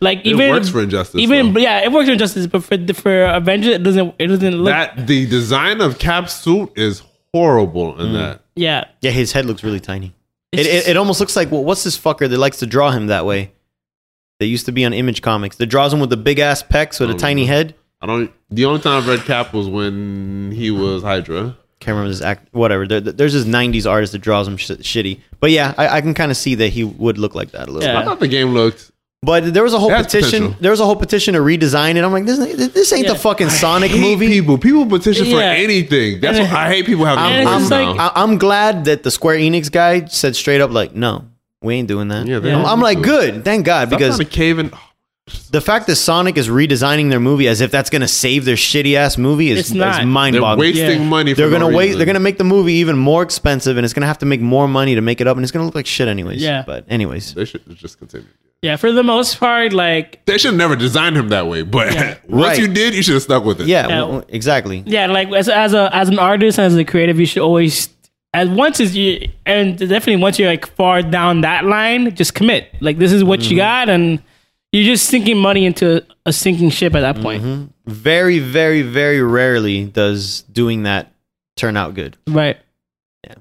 Speaker 1: Like
Speaker 2: It
Speaker 1: even
Speaker 2: works for Injustice.
Speaker 1: even
Speaker 2: though.
Speaker 1: yeah, it works for Injustice, but for for Avengers, it doesn't. It doesn't look.
Speaker 2: that the design of Cap's suit is horrible in that.
Speaker 1: yeah,
Speaker 3: Yeah, his head looks really tiny.
Speaker 1: It's
Speaker 3: It,
Speaker 1: just-
Speaker 3: it, it almost looks like well, what's this fucker that likes to draw him that way? They used to be on Image Comics. That draws him with the big ass pecs with a
Speaker 2: Oh,
Speaker 3: tiny
Speaker 2: no.
Speaker 3: head.
Speaker 2: I don't. The only time I've read Cap was when he was Hydra.
Speaker 3: Can't remember his act. Whatever. There, there's this '90s artist that draws him sh- shitty. But yeah, I, I can kind of see that he would look like that a little.
Speaker 1: Yeah.
Speaker 2: I thought the game looked.
Speaker 3: But there was a whole
Speaker 2: That's
Speaker 3: petition.
Speaker 2: potential.
Speaker 3: There was a whole petition to redesign it. I'm like, this, this ain't
Speaker 1: Yeah.
Speaker 3: the fucking Sonic
Speaker 2: Hate
Speaker 3: movie.
Speaker 2: people. People petition for
Speaker 1: Yeah.
Speaker 2: anything. That's
Speaker 1: And-
Speaker 2: what I hate. People having
Speaker 1: and
Speaker 3: I'm,
Speaker 1: it's
Speaker 2: numbers
Speaker 1: just
Speaker 3: I'm,
Speaker 1: like-
Speaker 2: now.
Speaker 3: I- I'm glad that the Square Enix guy said straight up like, no, we ain't doing that.
Speaker 2: Yeah, they
Speaker 1: Yeah.
Speaker 2: don't
Speaker 3: I'm
Speaker 2: do
Speaker 3: like,
Speaker 2: it.
Speaker 3: good, thank God,
Speaker 2: Stop
Speaker 3: because
Speaker 2: trying to cave in.
Speaker 3: The fact that Sonic is redesigning their movie as if that's going to save their shitty ass movie is,
Speaker 1: It's not.
Speaker 3: mind
Speaker 2: They're
Speaker 3: boggling.
Speaker 2: wasting
Speaker 1: Yeah.
Speaker 2: money. For
Speaker 3: They're
Speaker 2: no
Speaker 3: gonna wait.
Speaker 2: reason.
Speaker 3: They're gonna make the movie even more expensive, and it's gonna have to make more money to make it up, and it's gonna look like shit anyways.
Speaker 1: Yeah.
Speaker 3: But anyways,
Speaker 2: They should just continue.
Speaker 1: Yeah, for the most part, like
Speaker 2: They should have never designed him that way. But
Speaker 1: Yeah.
Speaker 2: once
Speaker 3: Right.
Speaker 2: you did, you should have stuck with it.
Speaker 3: yeah,
Speaker 1: Yeah.
Speaker 3: w- exactly.
Speaker 1: yeah, like as as a as an artist as a creative, you should always as once is you and definitely once you're like far down that line, just commit. Like this is what
Speaker 2: Mm-hmm.
Speaker 1: you got, and you're just sinking money into a sinking ship at that
Speaker 2: Mm-hmm.
Speaker 1: point,
Speaker 3: Very, very, very rarely does doing that turn out good.
Speaker 1: right?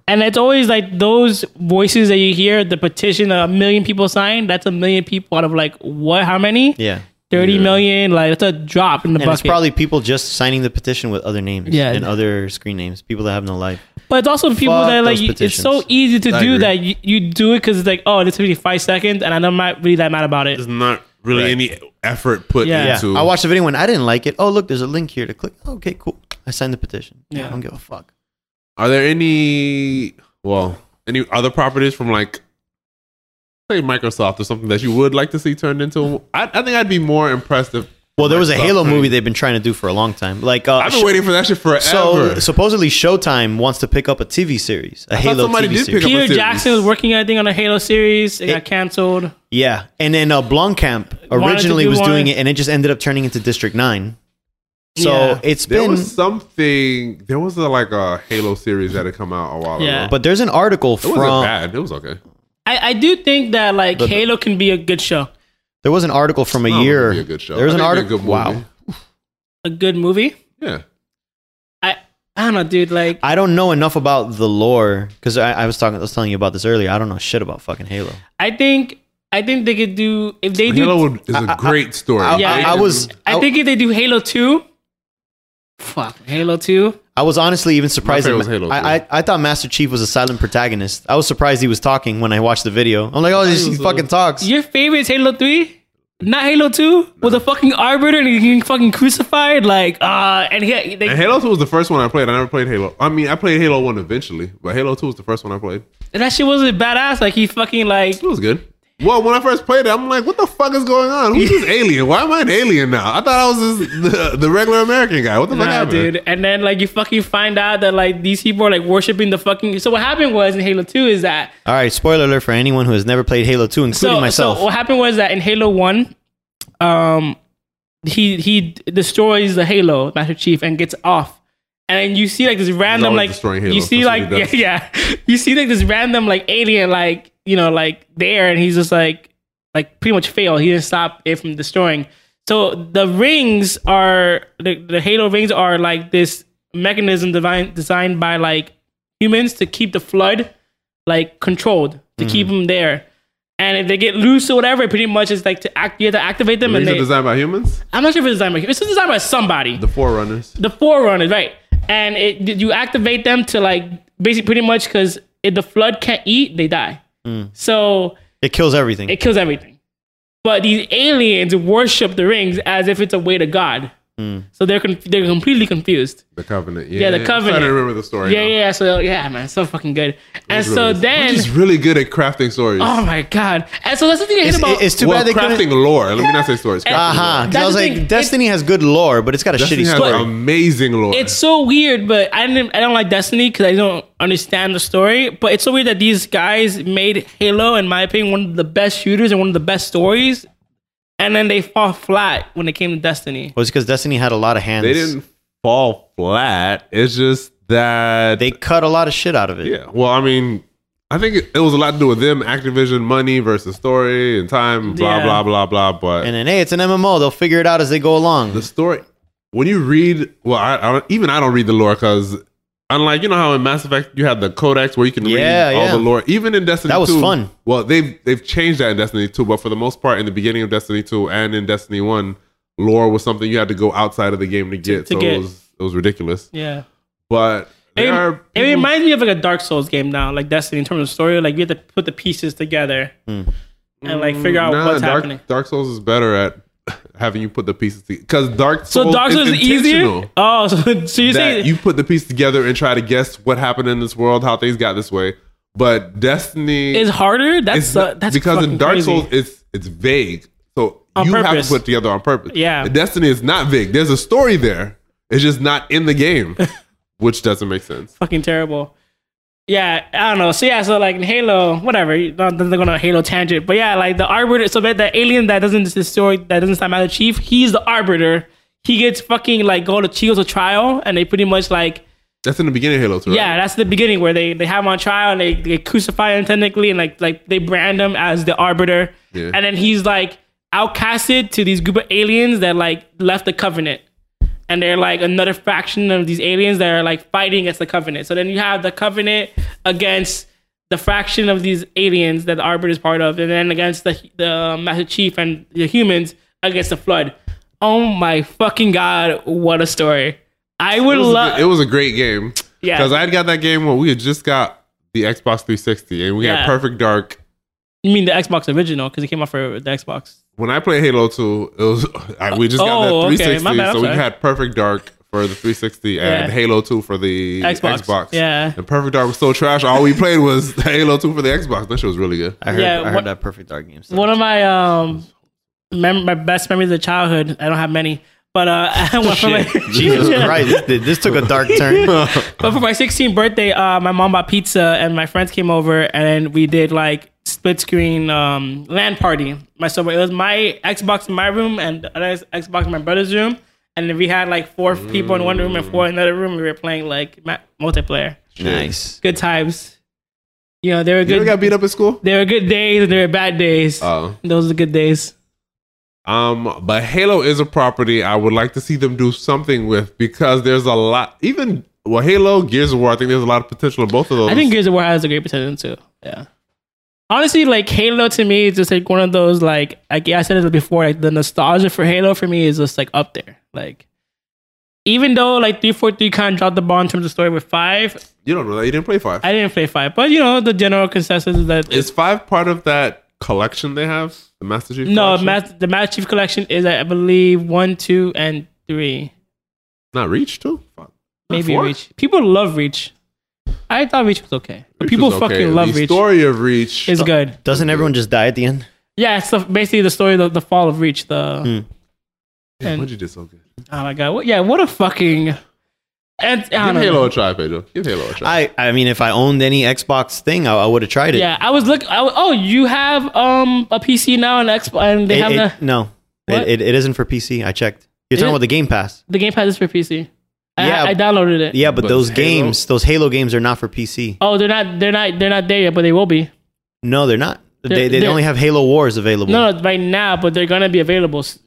Speaker 1: And it's always like those voices that you hear, the petition that a million people signed. That's a million people out of like what? How many?
Speaker 3: Yeah.
Speaker 1: Thirty million. Like that's a drop in the
Speaker 3: And it's
Speaker 1: bucket.
Speaker 3: probably people just signing the petition with other names
Speaker 1: Yeah.
Speaker 3: and other screen names. People that have no life.
Speaker 1: But it's also people
Speaker 3: Fuck
Speaker 1: that like
Speaker 3: those
Speaker 1: you- it's so
Speaker 3: petitions.
Speaker 1: easy to
Speaker 2: I
Speaker 1: do
Speaker 2: agree.
Speaker 1: that you, you do it because it's like oh this will be five seconds and I'm not really that mad about it.
Speaker 2: There's not really
Speaker 3: Right.
Speaker 2: any effort put
Speaker 1: Yeah.
Speaker 3: Yeah.
Speaker 2: into.
Speaker 3: I watched the video and I didn't like it. Oh, look, there's a link here to click. Okay, cool. I signed the petition.
Speaker 1: Yeah.
Speaker 3: I don't give a fuck.
Speaker 2: Oh Are there any well any other properties from like say Microsoft or something that you would like to see turned into? I, I think I'd be more impressed if
Speaker 3: Well, there was a
Speaker 2: Microsoft
Speaker 3: Halo
Speaker 2: turned-
Speaker 3: movie they've been trying to do for a long time. Like, uh,
Speaker 2: I've been
Speaker 3: Sh-
Speaker 2: waiting for that shit forever.
Speaker 3: so supposedly Showtime wants to pick up a TV series, a
Speaker 2: thought
Speaker 3: Halo
Speaker 2: somebody
Speaker 3: TV
Speaker 2: did pick
Speaker 3: series.
Speaker 2: up-
Speaker 1: Peter
Speaker 2: series.
Speaker 1: Jackson was working I think on a Halo series. It, got canceled.
Speaker 3: yeah, and then uh, Blomkamp
Speaker 1: to
Speaker 3: originally
Speaker 1: do
Speaker 3: was
Speaker 1: one.
Speaker 3: doing it, and it just ended up turning into District Nine. So
Speaker 1: Yeah.
Speaker 3: it's
Speaker 2: there
Speaker 3: been
Speaker 2: was something. There was a, like a Halo series that had come out a while
Speaker 1: Yeah.
Speaker 2: ago.
Speaker 3: But there's an article
Speaker 2: It wasn't
Speaker 3: from
Speaker 2: bad. It was okay.
Speaker 1: I, I do think that like Halo can be a good show,
Speaker 3: there was an article from a
Speaker 2: Oh, it'd
Speaker 3: year.
Speaker 2: be a good show.
Speaker 3: There was
Speaker 2: I
Speaker 3: an
Speaker 2: think it'd be a
Speaker 3: article.
Speaker 2: good
Speaker 3: Wow,
Speaker 2: movie.
Speaker 1: a good movie.
Speaker 2: Yeah.
Speaker 1: I I don't know, dude. Like
Speaker 3: I don't know enough about the lore because I, I was talking. I was telling you about this earlier. I don't know shit about fucking Halo.
Speaker 1: I think I think they could do if they do.
Speaker 2: Halo would- is a great story.
Speaker 3: I,
Speaker 1: Yeah.
Speaker 3: I- I was.
Speaker 1: I think if they do Halo two. Fuck Halo two.
Speaker 3: I was honestly even surprised.
Speaker 2: favorite
Speaker 3: that
Speaker 2: was
Speaker 3: Ma-
Speaker 2: Halo,
Speaker 3: I, I I thought Master Chief was a silent protagonist. I was surprised he was talking when I watched the video. I'm like, oh, he
Speaker 2: was, uh,
Speaker 3: fucking talks.
Speaker 1: Your favorite is Halo three. Not Halo Two with a fucking arbiter and he getting fucking crucified like uh and he they,
Speaker 2: And Halo Two was the first one I played. I never played Halo. I mean, I played Halo One eventually, but Halo Two was the first one I played.
Speaker 1: And that shit wasn't badass. Like he fucking like
Speaker 2: It was good. Well, when I first played it, I'm like, what the fuck is going on? Who's this alien? Why am I an alien now? I thought I was just the, the regular American guy. What the fuck
Speaker 1: nah,
Speaker 2: happened?
Speaker 1: dude. And then like you fucking find out that like these people are like worshiping the fucking. So what happened was in Halo Two is that
Speaker 3: All right, spoiler alert for anyone who has never played Halo 2, including
Speaker 1: so,
Speaker 3: myself.
Speaker 1: so what happened was that in Halo One, um, he he destroys the Halo Master Chief and gets off. And then you see like this random
Speaker 2: always
Speaker 1: like
Speaker 2: destroying Halo.
Speaker 1: you see
Speaker 2: That's
Speaker 1: like
Speaker 2: what he
Speaker 1: yeah,
Speaker 2: does.
Speaker 1: yeah you see like this random like alien like you know like there and he's just like like pretty much failed. He didn't stop it from destroying. So the rings are the, the Halo rings are like this mechanism divine, designed by like humans to keep the flood like controlled to keep them there. And if they get loose or whatever, it pretty much is like to act. You have to activate them, and
Speaker 2: These
Speaker 1: they.
Speaker 2: are designed by humans.
Speaker 1: I'm not sure if it's designed by. It's designed by somebody.
Speaker 2: The Forerunners.
Speaker 1: The forerunners, right? And it you activate them to like basically pretty much because if the flood can't eat, they die. So
Speaker 3: it kills everything.
Speaker 1: it kills everything. But these aliens worship the rings as if it's a way to God. So they're conf- they're completely confused.
Speaker 2: The Covenant.
Speaker 1: Yeah,
Speaker 2: Yeah,
Speaker 1: the
Speaker 2: I'm trying
Speaker 1: Covenant.
Speaker 2: to remember the story.
Speaker 1: Yeah,
Speaker 2: now.
Speaker 1: yeah. So yeah, man, so fucking good. And
Speaker 2: It's
Speaker 1: so
Speaker 2: really-
Speaker 1: then,
Speaker 2: We're just really good at crafting stories.
Speaker 1: oh my god. And so that's the thing I hate
Speaker 3: it's,
Speaker 1: about.
Speaker 3: it's too
Speaker 2: well,
Speaker 3: bad they
Speaker 2: crafting
Speaker 3: couldn't.
Speaker 2: lore. Let me not say stories. Crafting
Speaker 3: Aha.
Speaker 2: lore.
Speaker 3: 'cause
Speaker 1: That's
Speaker 3: I was
Speaker 1: the
Speaker 3: like,
Speaker 1: thing, it-
Speaker 3: Destiny has good lore, but it's got a
Speaker 2: Destiny
Speaker 3: shitty
Speaker 2: has
Speaker 3: story.
Speaker 2: amazing lore.
Speaker 1: it's so weird, but I didn't. I don't like Destiny because I don't understand the story. But it's so weird that these guys made Halo, in my opinion, one of the best shooters and one of the best stories, and then they fall flat when it came to Destiny.
Speaker 3: was because Destiny had a lot of hands.
Speaker 2: they didn't fall flat. It's just that
Speaker 3: They cut a lot of shit out of it.
Speaker 2: Yeah. Well, I mean, I think it, it was a lot to do with them, Activision, money versus story and time, blah
Speaker 1: Yeah.
Speaker 2: blah blah blah. But
Speaker 3: And then, hey, it's an MMO. They'll figure it out as they go along.
Speaker 2: the story, when you read, well, I, I don't, even I don't read the lore because. Unlike you know how in Mass Effect you have the codex where you can
Speaker 3: Yeah,
Speaker 2: read all
Speaker 3: yeah.
Speaker 2: the lore, even in Destiny
Speaker 3: That was
Speaker 2: 2,
Speaker 3: fun.
Speaker 2: Well, they've they've changed that in Destiny two, but for the most part, in the beginning of Destiny two and in Destiny one, lore was something you had to go outside of the game to get.
Speaker 1: to
Speaker 2: so
Speaker 1: get.
Speaker 2: it was it was ridiculous.
Speaker 1: Yeah.
Speaker 2: But
Speaker 1: It,
Speaker 2: there are
Speaker 1: it
Speaker 2: people-
Speaker 1: reminds me of like a Dark Souls game now, like Destiny in terms of story. Like you have to put the pieces together and like figure out
Speaker 2: Mm. Nah,
Speaker 1: what's
Speaker 2: Dark,
Speaker 1: happening.
Speaker 2: Dark Souls is better at having you put the pieces together because Dark Souls
Speaker 1: So Dark Souls is
Speaker 2: intentional.
Speaker 1: easier. Oh, so, so you
Speaker 2: That
Speaker 1: say
Speaker 2: you put the piece together and try to guess what happened in this world, how things got this way. But Destiny
Speaker 1: it's harder? That's
Speaker 2: it's
Speaker 1: uh,
Speaker 2: not-
Speaker 1: that's
Speaker 2: because in
Speaker 1: fucking
Speaker 2: Dark
Speaker 1: crazy.
Speaker 2: Souls it's it's vague. So
Speaker 1: On
Speaker 2: you have
Speaker 1: purpose.
Speaker 2: to put together on purpose.
Speaker 1: Yeah.
Speaker 2: And Destiny is not big. There's a story there. It's just not in the game, which doesn't make sense.
Speaker 1: fucking terrible. Yeah, I don't know. So yeah, so like in Halo, whatever. you- Not they're going on a Halo tangent, but yeah, like the arbiter. So that the alien that doesn't destroy, that doesn't stop the chief. He's the arbiter. He gets fucking like go to Chios to trial, and they pretty much like
Speaker 2: That's in the beginning of Halo 2. right?
Speaker 1: yeah, that's the beginning where they they have him on trial and they, they crucify him technically, and like like they brand him as the arbiter,
Speaker 2: Yeah.
Speaker 1: and then he's like outcasted to these group of aliens that like left the covenant and they're like another faction of these aliens that are like fighting against the covenant. So then you have the covenant against the fraction of these aliens that the Arbiter is part of, and then against the the Master Chief and the humans against the Flood. Oh my fucking god! What a story! I would
Speaker 2: It was, a,
Speaker 1: love.
Speaker 2: good- it was a great game.
Speaker 1: Yeah.
Speaker 2: Because I had got that game when we had just got the Xbox 360 and we
Speaker 1: Yeah.
Speaker 2: had Perfect Dark.
Speaker 1: You mean the Xbox original because it came out for the Xbox?
Speaker 2: When I played Halo 2, it was I, we just got
Speaker 1: Oh,
Speaker 2: that
Speaker 1: okay.
Speaker 2: 360.
Speaker 1: My bad. I'm
Speaker 2: so we
Speaker 1: sorry.
Speaker 2: had Perfect Dark for the 360 and
Speaker 1: Yeah.
Speaker 2: Halo 2 for the
Speaker 1: Xbox.
Speaker 2: Xbox.
Speaker 1: Yeah.
Speaker 2: And Perfect Dark was so trash. All we played was Halo 2 for the Xbox. That shit was really good.
Speaker 3: I heard,
Speaker 1: Yeah,
Speaker 3: I heard
Speaker 1: what-
Speaker 3: that perfect dark game. stuff.
Speaker 1: One of my um, mem- my best memories of childhood. I don't have many, but uh, one of my-
Speaker 3: Shit. Jesus
Speaker 1: Yeah.
Speaker 3: Christ, this, did- this took a dark turn.
Speaker 1: But for my 16th birthday, uh, my mom bought pizza and my friends came over and we did like split screen um, LAN party. My so it was my Xbox in my room and the other Xbox in my brother's room, and then we had like four people in one room and four in another room. We were playing like ma- multiplayer.
Speaker 3: nice.
Speaker 1: Good times. You know, they were
Speaker 2: You
Speaker 1: good.
Speaker 2: ever got beat up at school?
Speaker 1: they were good days and they were bad days.
Speaker 2: Oh.
Speaker 1: Those are good days.
Speaker 2: Um, but Halo is a property I would like to see them do something with because there's a lot. Even well, Halo, Gears of War. I think there's a lot of potential in both of those.
Speaker 1: I think Gears of War has a great potential too. Yeah. Honestly, like Halo to me is just like one of those like like yeah, I said it before, like the nostalgia for Halo for me is just like up there. Like even though like three four three kind of dropped the ball in terms of story with five,
Speaker 2: you don't know that you didn't play five.
Speaker 1: I didn't play five, but you know the general consensus is that
Speaker 2: is five part of that collection they have? The Master Chief.
Speaker 1: no
Speaker 2: collection?
Speaker 1: Mas- the Master Chief Collection is I believe one, two, and three.
Speaker 2: not Reach too. Fuck. Not
Speaker 1: Maybe
Speaker 2: four?
Speaker 1: Reach. People love Reach. I thought Reach was okay. But
Speaker 2: Reach
Speaker 1: people
Speaker 2: was okay.
Speaker 1: fucking love
Speaker 2: The
Speaker 1: Reach.
Speaker 2: story of Reach.
Speaker 1: It's good.
Speaker 3: Doesn't everyone just die at the end?
Speaker 1: Yeah, it's the, basically the story of the, the fall of Reach. The
Speaker 3: Hmm.
Speaker 2: Damn, what'd you do so good?
Speaker 1: Oh my god! What, yeah, what a fucking. And I don't
Speaker 2: Give
Speaker 1: know.
Speaker 2: Halo a try, Pedro. Give Halo a try.
Speaker 3: I, I mean, if I owned any Xbox thing, I, I would have tried it.
Speaker 1: Yeah, I was looking. Oh, you have um a PC now and Xbox, and they
Speaker 3: It-
Speaker 1: have
Speaker 3: it-
Speaker 1: the,
Speaker 3: no,
Speaker 1: What?
Speaker 3: it, it, it isn't for PC. I checked. You're
Speaker 1: Is
Speaker 3: talking
Speaker 1: it?
Speaker 3: about the Game Pass.
Speaker 1: the Game Pass is for PC. I,
Speaker 3: Yeah.
Speaker 1: I downloaded it.
Speaker 3: Yeah, but,
Speaker 2: But
Speaker 3: those
Speaker 2: Halo?
Speaker 3: games, those Halo games, are not for PC.
Speaker 1: Oh, they're not. They're not. They're not there yet, but they will be.
Speaker 3: No, they're not.
Speaker 1: They're-
Speaker 3: they they
Speaker 1: they're-
Speaker 3: only have Halo Wars available.
Speaker 1: No, no, right now, but they're gonna be available. S-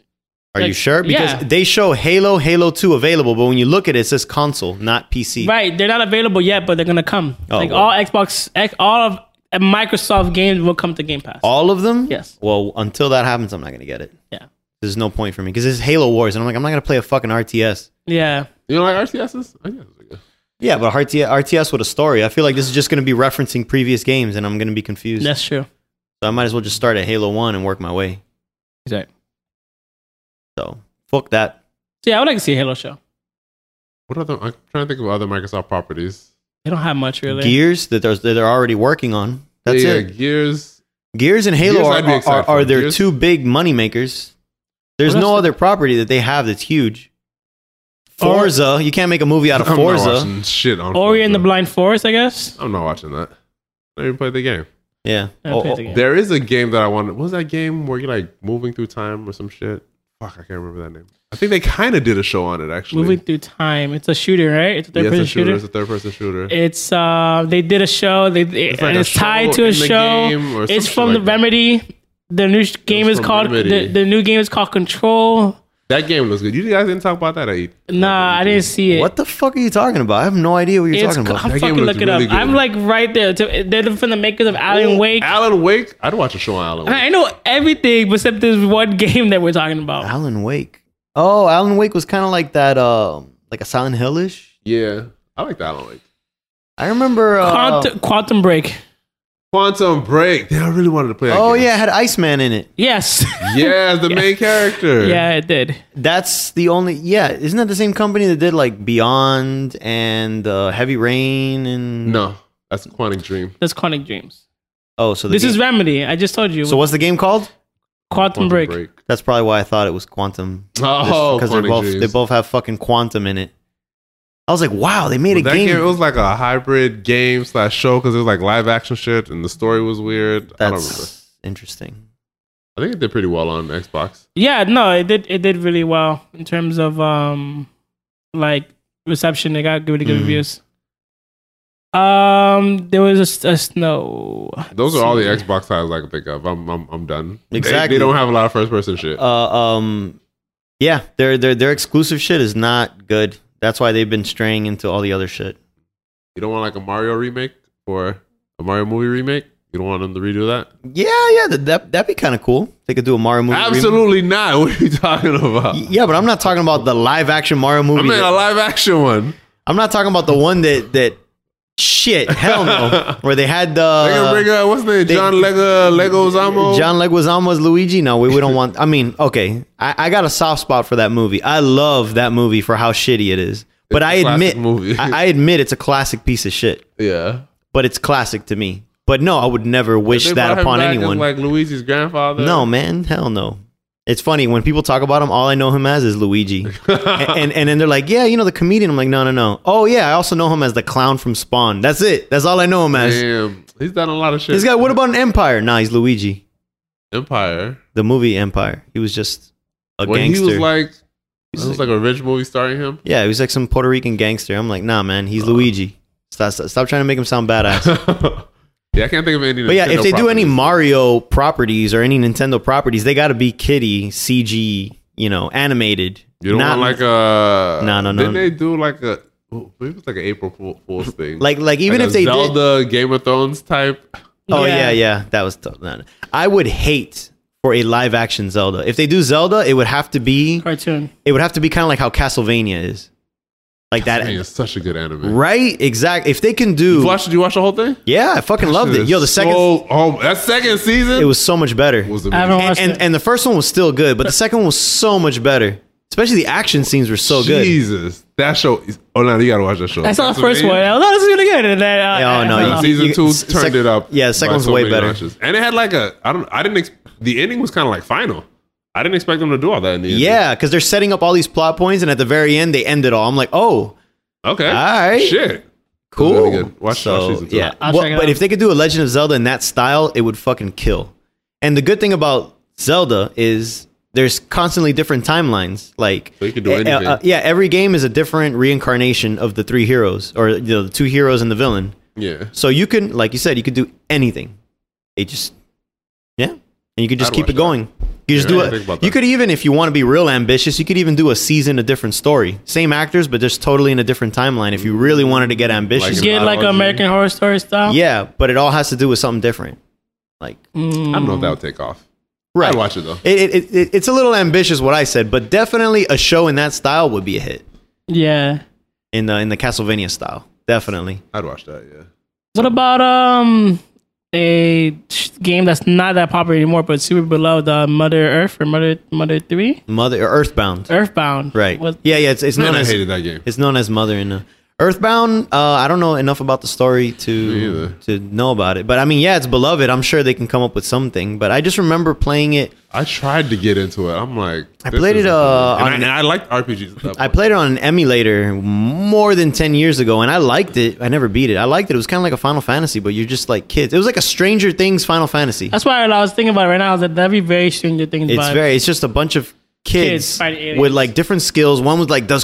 Speaker 3: Are you
Speaker 1: like,
Speaker 3: sure? Because
Speaker 1: yeah.
Speaker 3: they show Halo, Halo Two available, but when you look at it, it says console, not PC.
Speaker 1: Right, they're not available yet, but they're gonna come.
Speaker 3: Oh,
Speaker 1: like
Speaker 3: well.
Speaker 1: all Xbox, X- all of uh, Microsoft games will come to Game Pass.
Speaker 3: All of them.
Speaker 1: Yes.
Speaker 3: Well, until that happens, I'm not gonna get it.
Speaker 1: yeah,
Speaker 3: There's no point for me because it's Halo Wars, and I'm like, I'm not gonna play a fucking RTS.
Speaker 1: yeah.
Speaker 2: you know, like RTSs. I guess. it's good.
Speaker 3: Yeah, but RTS, RTS with a story. I feel like this is just gonna be referencing previous games, and I'm gonna be confused.
Speaker 1: That's true.
Speaker 3: So I might as well just start at Halo One and work my way.
Speaker 1: Exactly.
Speaker 3: So fuck that.
Speaker 1: So yeah, I would like to see a Halo show.
Speaker 2: What other? I'm trying to think of other Microsoft properties.
Speaker 1: They don't have much really.
Speaker 3: Gears that they're, that they're already working on. That's
Speaker 2: yeah,
Speaker 3: it.
Speaker 2: Gears.
Speaker 3: Gears and Halo
Speaker 2: Gears I'd be
Speaker 3: are,
Speaker 2: excited
Speaker 3: are, are
Speaker 2: for.
Speaker 3: their
Speaker 2: Gears-
Speaker 3: two big money makers. There's
Speaker 1: What
Speaker 3: no
Speaker 1: else-
Speaker 3: other property that they have that's huge.
Speaker 1: Or-
Speaker 3: Forza, you can't make a movie out of
Speaker 2: I'm not
Speaker 3: Forza.
Speaker 2: watching shit on
Speaker 1: Ori and the
Speaker 2: Forza.
Speaker 1: Blind Forest, I guess.
Speaker 2: I'm not watching that. I even played the game.
Speaker 3: Yeah.
Speaker 1: I
Speaker 3: Oh,
Speaker 1: played
Speaker 3: oh,
Speaker 1: the game.
Speaker 2: There is a game that I wanted. What was that game where you're like moving through time or some shit? Fuck, I can't remember that name. I think they kind of did a show on it actually.
Speaker 1: Moving through time. It's a shooter, right? It's a
Speaker 2: yeah,
Speaker 1: third
Speaker 2: it's
Speaker 1: person
Speaker 2: a shooter.
Speaker 1: shooter.
Speaker 2: It's a third person shooter.
Speaker 1: It's uh they did a show. They
Speaker 2: It's
Speaker 1: it's,
Speaker 2: like
Speaker 1: and
Speaker 2: a
Speaker 1: it's tied
Speaker 2: show
Speaker 1: to a
Speaker 2: in the game
Speaker 1: show.
Speaker 2: or
Speaker 1: It's from
Speaker 2: some shit
Speaker 1: the
Speaker 2: like that.
Speaker 1: Remedy. The new sh- game
Speaker 2: was
Speaker 1: is
Speaker 2: from
Speaker 1: called the,
Speaker 2: Remedy.
Speaker 1: the new game is called Control.
Speaker 2: that game looks good. You guys didn't talk about that. I eat.
Speaker 1: Nah, I didn't see it.
Speaker 3: What the fuck are you talking about? I have no idea what you're
Speaker 1: It's
Speaker 3: talking
Speaker 1: ca-
Speaker 3: about.
Speaker 1: I'm
Speaker 2: That game
Speaker 1: fucking
Speaker 2: looks
Speaker 1: looking it up.
Speaker 2: really good.
Speaker 1: I'm like right there. To, they're from the makers of Alan Wake.
Speaker 2: Alan Wake. I'd watch a show on Alan Wake.
Speaker 1: I know everything except this one game that we're talking about.
Speaker 3: Alan Wake. Oh, Alan Wake was kind of like that, um, like a Silent Hillish.
Speaker 2: Yeah, I like the Alan Wake.
Speaker 3: I remember. Uh,
Speaker 2: Oh.
Speaker 1: Quantum, Quantum Break.
Speaker 2: Quantum Break. Yeah, I really wanted to play. That
Speaker 3: oh
Speaker 2: game.
Speaker 3: yeah, it had Iceman in it.
Speaker 1: Yes.
Speaker 2: yeah, as the main character.
Speaker 1: yeah, it did.
Speaker 3: That's the only. Yeah, isn't that the same company that did like Beyond and uh, Heavy Rain and?
Speaker 2: No, that's Quantic Dream.
Speaker 1: That's Quantic Dreams.
Speaker 3: Oh, so the
Speaker 1: This
Speaker 3: game-
Speaker 1: is Remedy. I just told you.
Speaker 3: So what's the game called?
Speaker 1: Quantum,
Speaker 2: Quantum
Speaker 1: Break.
Speaker 3: That's probably why I thought it was Quantum.
Speaker 2: Oh,
Speaker 3: because they
Speaker 2: Quantum
Speaker 3: both
Speaker 2: Dreams.
Speaker 3: they both have fucking quantum in it. I was like, wow, they made
Speaker 2: But
Speaker 3: a
Speaker 2: that
Speaker 3: game.
Speaker 2: game. it was like a hybrid game slash show because it was like live action shit and the story was weird. I don't remember.
Speaker 3: That's interesting.
Speaker 2: I think it did pretty well on Xbox.
Speaker 1: Yeah, no, it did. It did really well in terms of um, like reception. It got really good
Speaker 3: Mhm.
Speaker 1: reviews. Um, there was a, s- a snow.
Speaker 2: Those are all the
Speaker 1: Let's see.
Speaker 2: Xbox titles I can think of. I'm I'm, I'm done. They- They,
Speaker 3: Exactly.
Speaker 2: don't have a lot of first person shit.
Speaker 3: Uh, um, yeah, their their their exclusive shit is not good. That's why they've been straying into all the other shit.
Speaker 2: you don't want like a Mario remake or a Mario movie remake. You don't want them to redo that.
Speaker 3: Yeah, yeah, that that that'd be kind of cool. They could do a Mario movie. remake.
Speaker 2: Absolutely not. What are you talking about?
Speaker 3: Y- Yeah, but I'm not talking about the live action Mario
Speaker 2: I
Speaker 3: movie.
Speaker 2: mean, a
Speaker 3: that-
Speaker 2: live action one.
Speaker 3: I'm not talking about the one that that shit. Hell no, where they had the
Speaker 2: They can bring uh, what's his name?
Speaker 3: they-
Speaker 2: John Lego Lego Zamo.
Speaker 3: John Leguizamo's Luigi. No, we, we don't want. I mean, okay, I, I got a soft spot for that movie. I love that movie for how shitty it is. But I
Speaker 2: It's a classic
Speaker 3: admit,
Speaker 2: movie.
Speaker 3: I, I admit it's a classic piece of shit.
Speaker 2: yeah.
Speaker 3: But it's classic to me. But no, I would never wish
Speaker 2: They brought
Speaker 3: that
Speaker 2: him
Speaker 3: upon
Speaker 2: back as,
Speaker 3: anyone.
Speaker 2: Like uh, Luigi's grandfather.
Speaker 3: no, man, hell no. It's funny when people talk about him. All I know him as is Luigi, and, and and then they're like, "Yeah, you know the comedian." I'm like, "No, no, no. Oh yeah, I also know him as the clown from Spawn. That's it. That's all I know him as."
Speaker 2: Damn, he's done a lot of shit.
Speaker 3: This guy. What about an Empire? Nah, he's Luigi.
Speaker 2: Empire.
Speaker 3: The movie Empire. He was just a
Speaker 2: when
Speaker 3: gangster.
Speaker 2: he was like,
Speaker 3: He's
Speaker 2: this was like a rich movie starring him.
Speaker 3: yeah, he was like some Puerto Rican gangster. I'm like, nah, man,
Speaker 2: Uh.
Speaker 3: he's Luigi. Stop, stop, stop trying to make him sound badass.
Speaker 2: yeah, I can't think of any.
Speaker 3: But yeah, if
Speaker 2: Nintendo
Speaker 3: they do any
Speaker 2: properties.
Speaker 3: Mario properties or any Nintendo properties, they got to be kitty CG, you know, animated.
Speaker 2: you don't
Speaker 3: Not-
Speaker 2: want like a.
Speaker 3: No, no, no.
Speaker 2: Didn't they do like a? oh, Maybe it was like an April Fool- Fool's thing.
Speaker 3: like like even
Speaker 2: Like
Speaker 3: if
Speaker 2: a
Speaker 3: they did.
Speaker 2: Zelda Game of Thrones type.
Speaker 3: Oh yeah, yeah, that was tough. No, no. I would hate for a live action Zelda. If they do Zelda, it would have to be
Speaker 1: cartoon.
Speaker 3: it would have to be kind of like how Castlevania is, like
Speaker 2: I mean,
Speaker 3: that.
Speaker 2: it's such a good anime.
Speaker 3: Right? Exactly. If they can do,
Speaker 2: You watch? Did you watch the whole thing?
Speaker 3: yeah, I fucking loved it. Yo, the second
Speaker 2: So, oh, that second season
Speaker 3: it was so much better.
Speaker 2: was
Speaker 1: I
Speaker 2: amazing.
Speaker 1: haven't
Speaker 3: and,
Speaker 1: watched
Speaker 3: and
Speaker 1: it.
Speaker 3: and the first one was still good, but the second one was so much better. Especially the action scenes were so good.
Speaker 2: Jesus, that show. Is, oh no, you gotta watch that show.
Speaker 1: I saw the
Speaker 2: That's
Speaker 1: first
Speaker 2: amazing.
Speaker 1: one. I was like, oh, this is really good. And then, uh,
Speaker 3: Yeah, oh,
Speaker 1: I
Speaker 3: no,
Speaker 1: fell
Speaker 3: you
Speaker 1: off.
Speaker 3: see-
Speaker 2: season two
Speaker 3: s-
Speaker 2: turned
Speaker 3: sec-
Speaker 2: it up.
Speaker 3: yeah, the second
Speaker 2: by
Speaker 3: one's way
Speaker 2: many
Speaker 3: better.
Speaker 2: notches. And it had like a I don't I didn't ex- the ending was kind of like final. I didn't expect them to do all that in the end.
Speaker 3: Yeah, because they're setting up all these plot points, and at the very end, they end it all. I'm like, oh,
Speaker 2: Okay.
Speaker 3: All right.
Speaker 2: Shit.
Speaker 3: cool.
Speaker 2: really good. Watch-
Speaker 3: so,
Speaker 2: watch season two.
Speaker 3: yeah.
Speaker 1: I'll
Speaker 3: What-
Speaker 1: check it
Speaker 3: but
Speaker 1: out.
Speaker 3: if they could do a Legend of Zelda in that style, it would fucking kill. And the good thing about Zelda is there's constantly different timelines. Like,
Speaker 2: So you can do
Speaker 3: eh, eh,
Speaker 2: anything.
Speaker 3: yeah, every game is a different reincarnation of the three heroes, or you know, the two heroes and the villain.
Speaker 2: Yeah.
Speaker 3: So you can, like you said, you could do anything. It just, yeah, and you could just
Speaker 2: I'd
Speaker 3: keep
Speaker 2: watch
Speaker 3: it going. You just
Speaker 2: Yeah, I
Speaker 3: do
Speaker 2: didn't think
Speaker 3: it.
Speaker 2: about
Speaker 3: You
Speaker 2: that.
Speaker 3: could even, if you want to be real ambitious, you could even do a season, a different story, same actors, but just totally in a different timeline. If you really wanted to get ambitious,
Speaker 2: Like-
Speaker 1: get like
Speaker 2: Biology.
Speaker 1: American Horror Story style.
Speaker 3: yeah, but it all has to do with something different. Like,
Speaker 2: I don't know if that would take off.
Speaker 3: right?
Speaker 2: I'd watch it though.
Speaker 3: It, it, it, it- it's a little ambitious what I said, but definitely a show in that style would be a hit
Speaker 1: yeah.
Speaker 3: in the in the Castlevania style. Definitely.
Speaker 2: I'd watch that. Yeah.
Speaker 1: What about um a sh- game that's not that popular anymore, but super beloved, uh, Mother Earth or Mother Mother Three,
Speaker 3: Mother or Earthbound.
Speaker 1: Earthbound.
Speaker 3: Right.
Speaker 1: What,
Speaker 3: Yeah, yeah. It's it's
Speaker 2: Man,
Speaker 3: known
Speaker 2: I
Speaker 3: as
Speaker 2: hated that game.
Speaker 3: It's known as Mother in the Earthbound. Uh, I don't know enough about the story
Speaker 2: Me
Speaker 3: to
Speaker 2: either.
Speaker 3: to know about it, but I mean, yeah, it's beloved. I'm sure they can come up with something. But I just remember playing it.
Speaker 2: I tried to get into it. I'm like,
Speaker 3: I
Speaker 2: this
Speaker 3: played it,
Speaker 2: isn't
Speaker 3: uh,
Speaker 2: cool. and, I,
Speaker 3: on-
Speaker 2: and I liked RPGs. at that
Speaker 3: I
Speaker 2: point.
Speaker 3: played it on an emulator more than ten years ago, and I liked it. I never beat it. I liked it. It was kind of like a Final Fantasy, but you're just like kids. It was like a Stranger Things Final Fantasy.
Speaker 1: That's why what I was thinking about it right now is that that'd be very Stranger Things.
Speaker 3: It's
Speaker 1: vibe.
Speaker 3: very. It's just a bunch of
Speaker 1: Kids
Speaker 3: kids,
Speaker 1: fighting aliens.
Speaker 3: with like different skills. One was like does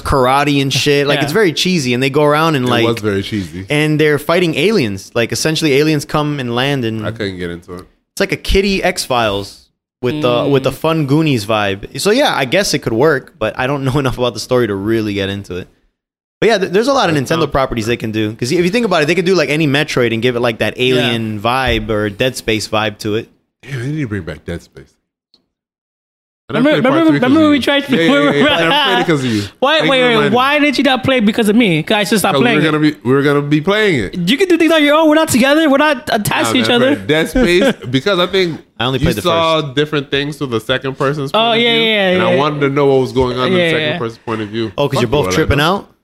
Speaker 3: karate and shit. Like
Speaker 1: Yeah.
Speaker 3: it's very cheesy, and they go around and
Speaker 2: It
Speaker 3: like
Speaker 2: was very cheesy.
Speaker 3: and they're fighting aliens. Like essentially, aliens come and land and
Speaker 2: I couldn't get into it.
Speaker 3: It's like a kitty X Files with the
Speaker 1: Hmm.
Speaker 3: with the fun Goonies vibe. So yeah, I guess it could work, but I don't know enough about the story to really get into it. But yeah, th- there's a lot of Nintendo properties they can do because if you think about it, they could do like any Metroid and give it like that alien vibe or Dead Space vibe to it.
Speaker 2: Damn, they need to bring back Dead Space. And I
Speaker 1: Remember-
Speaker 2: played part
Speaker 1: remember-
Speaker 2: three 'cause
Speaker 1: remember
Speaker 2: of
Speaker 1: we
Speaker 2: you.
Speaker 1: tried-
Speaker 2: Yeah, yeah, yeah, yeah. And I played it because of you.
Speaker 1: Why,
Speaker 2: Thank
Speaker 1: wait,
Speaker 2: you for
Speaker 1: wait,
Speaker 2: reminding me.
Speaker 1: why did you not play because of me? 'Cause I should stop
Speaker 2: 'Cause
Speaker 1: playing.
Speaker 2: We were gonna
Speaker 1: it.
Speaker 2: be, we were gonna be playing it.
Speaker 1: you can do things on your own. We're not together. We're not attached to
Speaker 2: Nah,
Speaker 1: each
Speaker 2: man,
Speaker 1: other.
Speaker 2: but Oh, Dead Space because I think
Speaker 3: I only
Speaker 2: you
Speaker 3: played the
Speaker 2: saw different things through the second person's.
Speaker 1: Oh,
Speaker 2: point of
Speaker 1: yeah,
Speaker 2: view,
Speaker 1: yeah,
Speaker 2: And
Speaker 1: yeah,
Speaker 2: I
Speaker 1: yeah.
Speaker 2: wanted to know what was going on in
Speaker 1: Yeah,
Speaker 2: the second
Speaker 1: yeah.
Speaker 2: person's point of view.
Speaker 3: Oh, because
Speaker 2: Fuck
Speaker 3: you're both
Speaker 2: what I
Speaker 3: tripping
Speaker 2: know.
Speaker 3: out.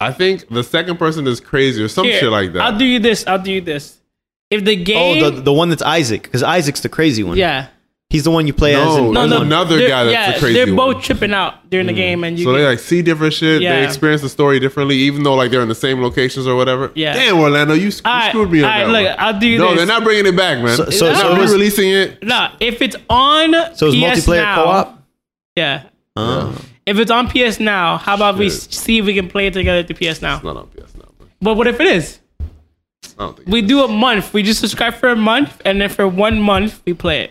Speaker 2: I think the second person is crazy or some
Speaker 1: Here,
Speaker 2: shit like that.
Speaker 1: I'll do you this. I'll do you this. If the game,
Speaker 3: Oh, the the one that's Isaac because Isaac's the crazy one.
Speaker 1: Eh? yeah,
Speaker 3: He's the one you play as.
Speaker 2: No,
Speaker 3: In
Speaker 2: no,
Speaker 3: one.
Speaker 2: no, another
Speaker 1: They're-
Speaker 2: guy that's
Speaker 1: yeah,
Speaker 2: the crazy
Speaker 1: They're both
Speaker 2: one. Mm.
Speaker 1: tripping out during the game, and you.
Speaker 2: So
Speaker 1: get-
Speaker 2: they like see different shit.
Speaker 1: Yeah.
Speaker 2: They experience the story differently, even though like they're in the same locations or whatever.
Speaker 1: Yeah.
Speaker 2: Damn, Orlando, you, sc- you
Speaker 1: Alright,
Speaker 2: screwed me on
Speaker 1: alright,
Speaker 2: that
Speaker 1: look,
Speaker 2: one.
Speaker 1: I'll do
Speaker 2: No,
Speaker 1: this.
Speaker 2: they're not bringing it back, man.
Speaker 3: So- so-
Speaker 2: they're
Speaker 1: so
Speaker 2: not
Speaker 1: it was-
Speaker 2: re-releasing it.
Speaker 1: nah, if it's on
Speaker 3: so
Speaker 1: PS
Speaker 3: it's multiplayer
Speaker 1: now,
Speaker 3: co-op.
Speaker 1: Yeah.
Speaker 3: Uh,
Speaker 1: If it's on PS now, how about we
Speaker 2: Shit.
Speaker 1: see if we can play it together to PS now?
Speaker 2: It's not on PS now. man.
Speaker 1: But what if it is?
Speaker 2: I don't think
Speaker 1: We do a month. We just subscribe for a month, and then for one month we play it.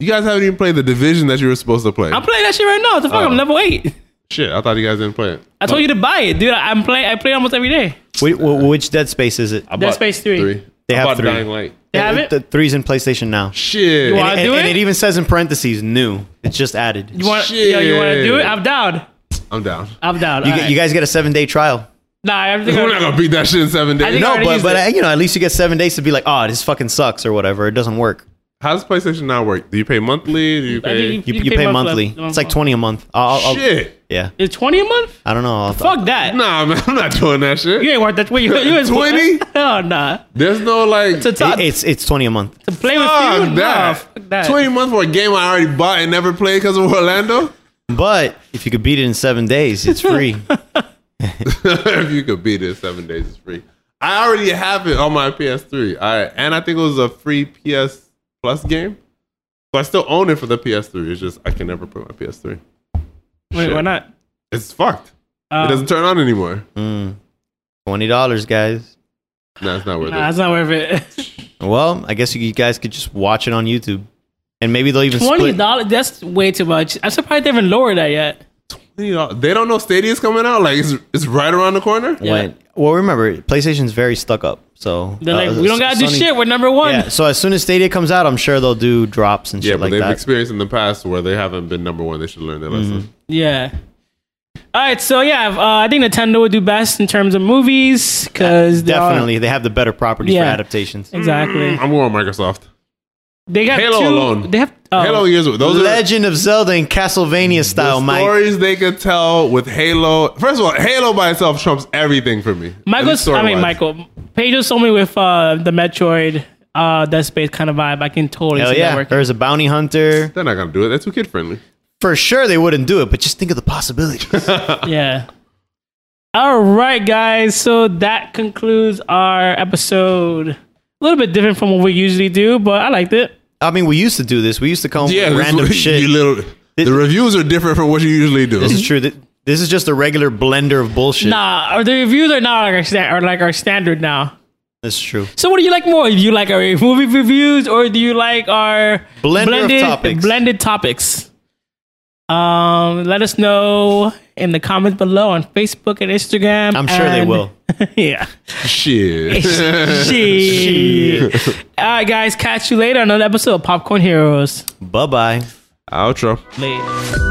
Speaker 2: you guys haven't even played the division that you were supposed to play.
Speaker 1: I'm playing that shit right now. What the fuck? I'm
Speaker 2: Oh.
Speaker 1: level eight.
Speaker 2: Shit, I thought you guys didn't play it.
Speaker 1: I told you to buy it, dude. I'm play. I play almost every day.
Speaker 3: wait, wh- which Dead Space is it?
Speaker 2: I
Speaker 1: Dead
Speaker 2: bought
Speaker 1: Space 3.
Speaker 3: They
Speaker 2: I
Speaker 3: have
Speaker 2: bought
Speaker 3: three.
Speaker 2: Dying Light.
Speaker 1: They have it.
Speaker 3: The three's in PlayStation now.
Speaker 2: Shit.
Speaker 1: You want-
Speaker 3: And,
Speaker 1: do
Speaker 3: and
Speaker 1: it?
Speaker 3: it even says in parentheses new. It's just added.
Speaker 1: You want? Yo, you want to do it?
Speaker 2: Shit.
Speaker 1: I'm down.
Speaker 2: I'm down.
Speaker 1: I'm down.
Speaker 3: You,
Speaker 1: All
Speaker 3: get,
Speaker 1: right.
Speaker 3: you guys get a seven day trial.
Speaker 1: Nah, everything.
Speaker 2: We're not gonna beat that shit in seven
Speaker 1: I
Speaker 2: days.
Speaker 1: think-
Speaker 2: No.
Speaker 3: No,
Speaker 1: already
Speaker 3: but
Speaker 1: used
Speaker 3: but
Speaker 1: it.
Speaker 3: uh, you know, at least you get seven days to be like, oh, this fucking sucks or whatever. It doesn't work.
Speaker 2: How does PlayStation now work? Do you pay monthly? Do you
Speaker 1: I
Speaker 2: pay?
Speaker 1: think
Speaker 3: You, you, pay, monthly.
Speaker 1: monthly.
Speaker 3: It's like twenty a month. I'll, I'll, I'll,
Speaker 2: Shit.
Speaker 3: yeah,
Speaker 1: Is twenty a month?
Speaker 3: I don't know. I'll,
Speaker 1: Fuck that.
Speaker 2: Nah, man, I'm not doing that
Speaker 1: You
Speaker 2: shit.
Speaker 1: ain't worth that. Wait, you, you ain't
Speaker 2: 20?
Speaker 1: Oh nah.
Speaker 2: There's no like.
Speaker 1: To talk,
Speaker 3: It- it's it's twenty a month.
Speaker 1: to play with
Speaker 2: Fuck
Speaker 1: you. Nah,
Speaker 2: that.
Speaker 1: fuck that.
Speaker 2: 20 months for a game I already bought and never played because of Orlando?
Speaker 3: But if you could beat it in seven days, it's free.
Speaker 2: if you could beat it, seven days is free. I already have it on my PS3. I, and I think it was a free PS Plus game. So I still own it for the PS3. It's just I can never put my PS3.
Speaker 1: Wait, why
Speaker 2: Shit.
Speaker 1: not?
Speaker 2: It's fucked.
Speaker 1: Um,
Speaker 2: it doesn't turn on anymore.
Speaker 3: Mm. Twenty dollars, guys.
Speaker 2: Nah, it's not worth
Speaker 1: Nah,
Speaker 2: it.
Speaker 1: that's not worth it.
Speaker 3: Well, I guess you guys could just watch it on YouTube, and maybe they'll even
Speaker 1: Twenty
Speaker 3: split.
Speaker 1: dollars. That's way too much. I'm surprised they haven't lowered that yet.
Speaker 2: You know, They don't know Stadia's coming out. Like it's it's right around the corner.
Speaker 3: When, well, remember, PlayStation's very stuck up, so
Speaker 1: They're like,
Speaker 3: uh,
Speaker 1: we don't gotta do
Speaker 3: Sony-
Speaker 1: shit. We're number one.
Speaker 3: Yeah, so as soon as Stadia comes out, I'm sure they'll do drops and
Speaker 2: Yeah,
Speaker 3: shit
Speaker 2: but
Speaker 3: like
Speaker 2: they've
Speaker 3: that.
Speaker 2: experienced in the past where they haven't been number one. They should learn their lesson.
Speaker 1: Yeah. All right, so yeah, uh, I think Nintendo would do best in terms of movies because
Speaker 3: Definitely, they have the better property
Speaker 1: Yeah.
Speaker 3: for adaptations.
Speaker 1: exactly
Speaker 2: I'm going with Microsoft.
Speaker 1: they got
Speaker 2: Mm. Halo
Speaker 1: two,
Speaker 2: alone.
Speaker 1: They have oh,
Speaker 2: Halo years. Those are
Speaker 3: Legend of Zelda and Castlevania style,
Speaker 2: the
Speaker 3: Mike.
Speaker 2: stories they could tell with Halo. First of all, Halo by itself trumps everything for me. At
Speaker 1: Michael.
Speaker 2: least
Speaker 1: I mean
Speaker 2: story-wise.
Speaker 1: Michael. Paige just told me with uh, the Metroid, uh, Dead Space kind of vibe. I can totally
Speaker 3: Hell
Speaker 1: see that
Speaker 3: yeah,
Speaker 1: working.
Speaker 3: there's a bounty hunter.
Speaker 2: They're not gonna do it. They're too kid friendly.
Speaker 3: For sure, they wouldn't do it, but just think of the possibilities.
Speaker 1: Yeah. All right, guys. So that concludes our episode. A little bit different from what we usually do, but I liked it.
Speaker 3: I mean, we used to do this. We used to come up
Speaker 2: Yeah,
Speaker 3: with
Speaker 2: this-
Speaker 3: random shit.
Speaker 2: You little.
Speaker 3: This-
Speaker 2: the reviews are different from what you usually do.
Speaker 3: This is true. Th- This is just a regular blender of bullshit.
Speaker 1: Nah, or the reviews are not like our, sta- are like our standard now.
Speaker 3: This is true.
Speaker 1: So what do you like more? Do you like our movie reviews or do you like our
Speaker 3: Blender of topics.
Speaker 1: blended topics? Um, let us know in the comments below on Facebook and Instagram.
Speaker 3: I'm sure they
Speaker 1: and-
Speaker 3: will.
Speaker 1: yeah.
Speaker 2: Shit.
Speaker 1: Shit. All right, guys. Catch you later on another episode of Popcorn Heroes.
Speaker 3: Bye bye.
Speaker 2: Outro.
Speaker 1: Later.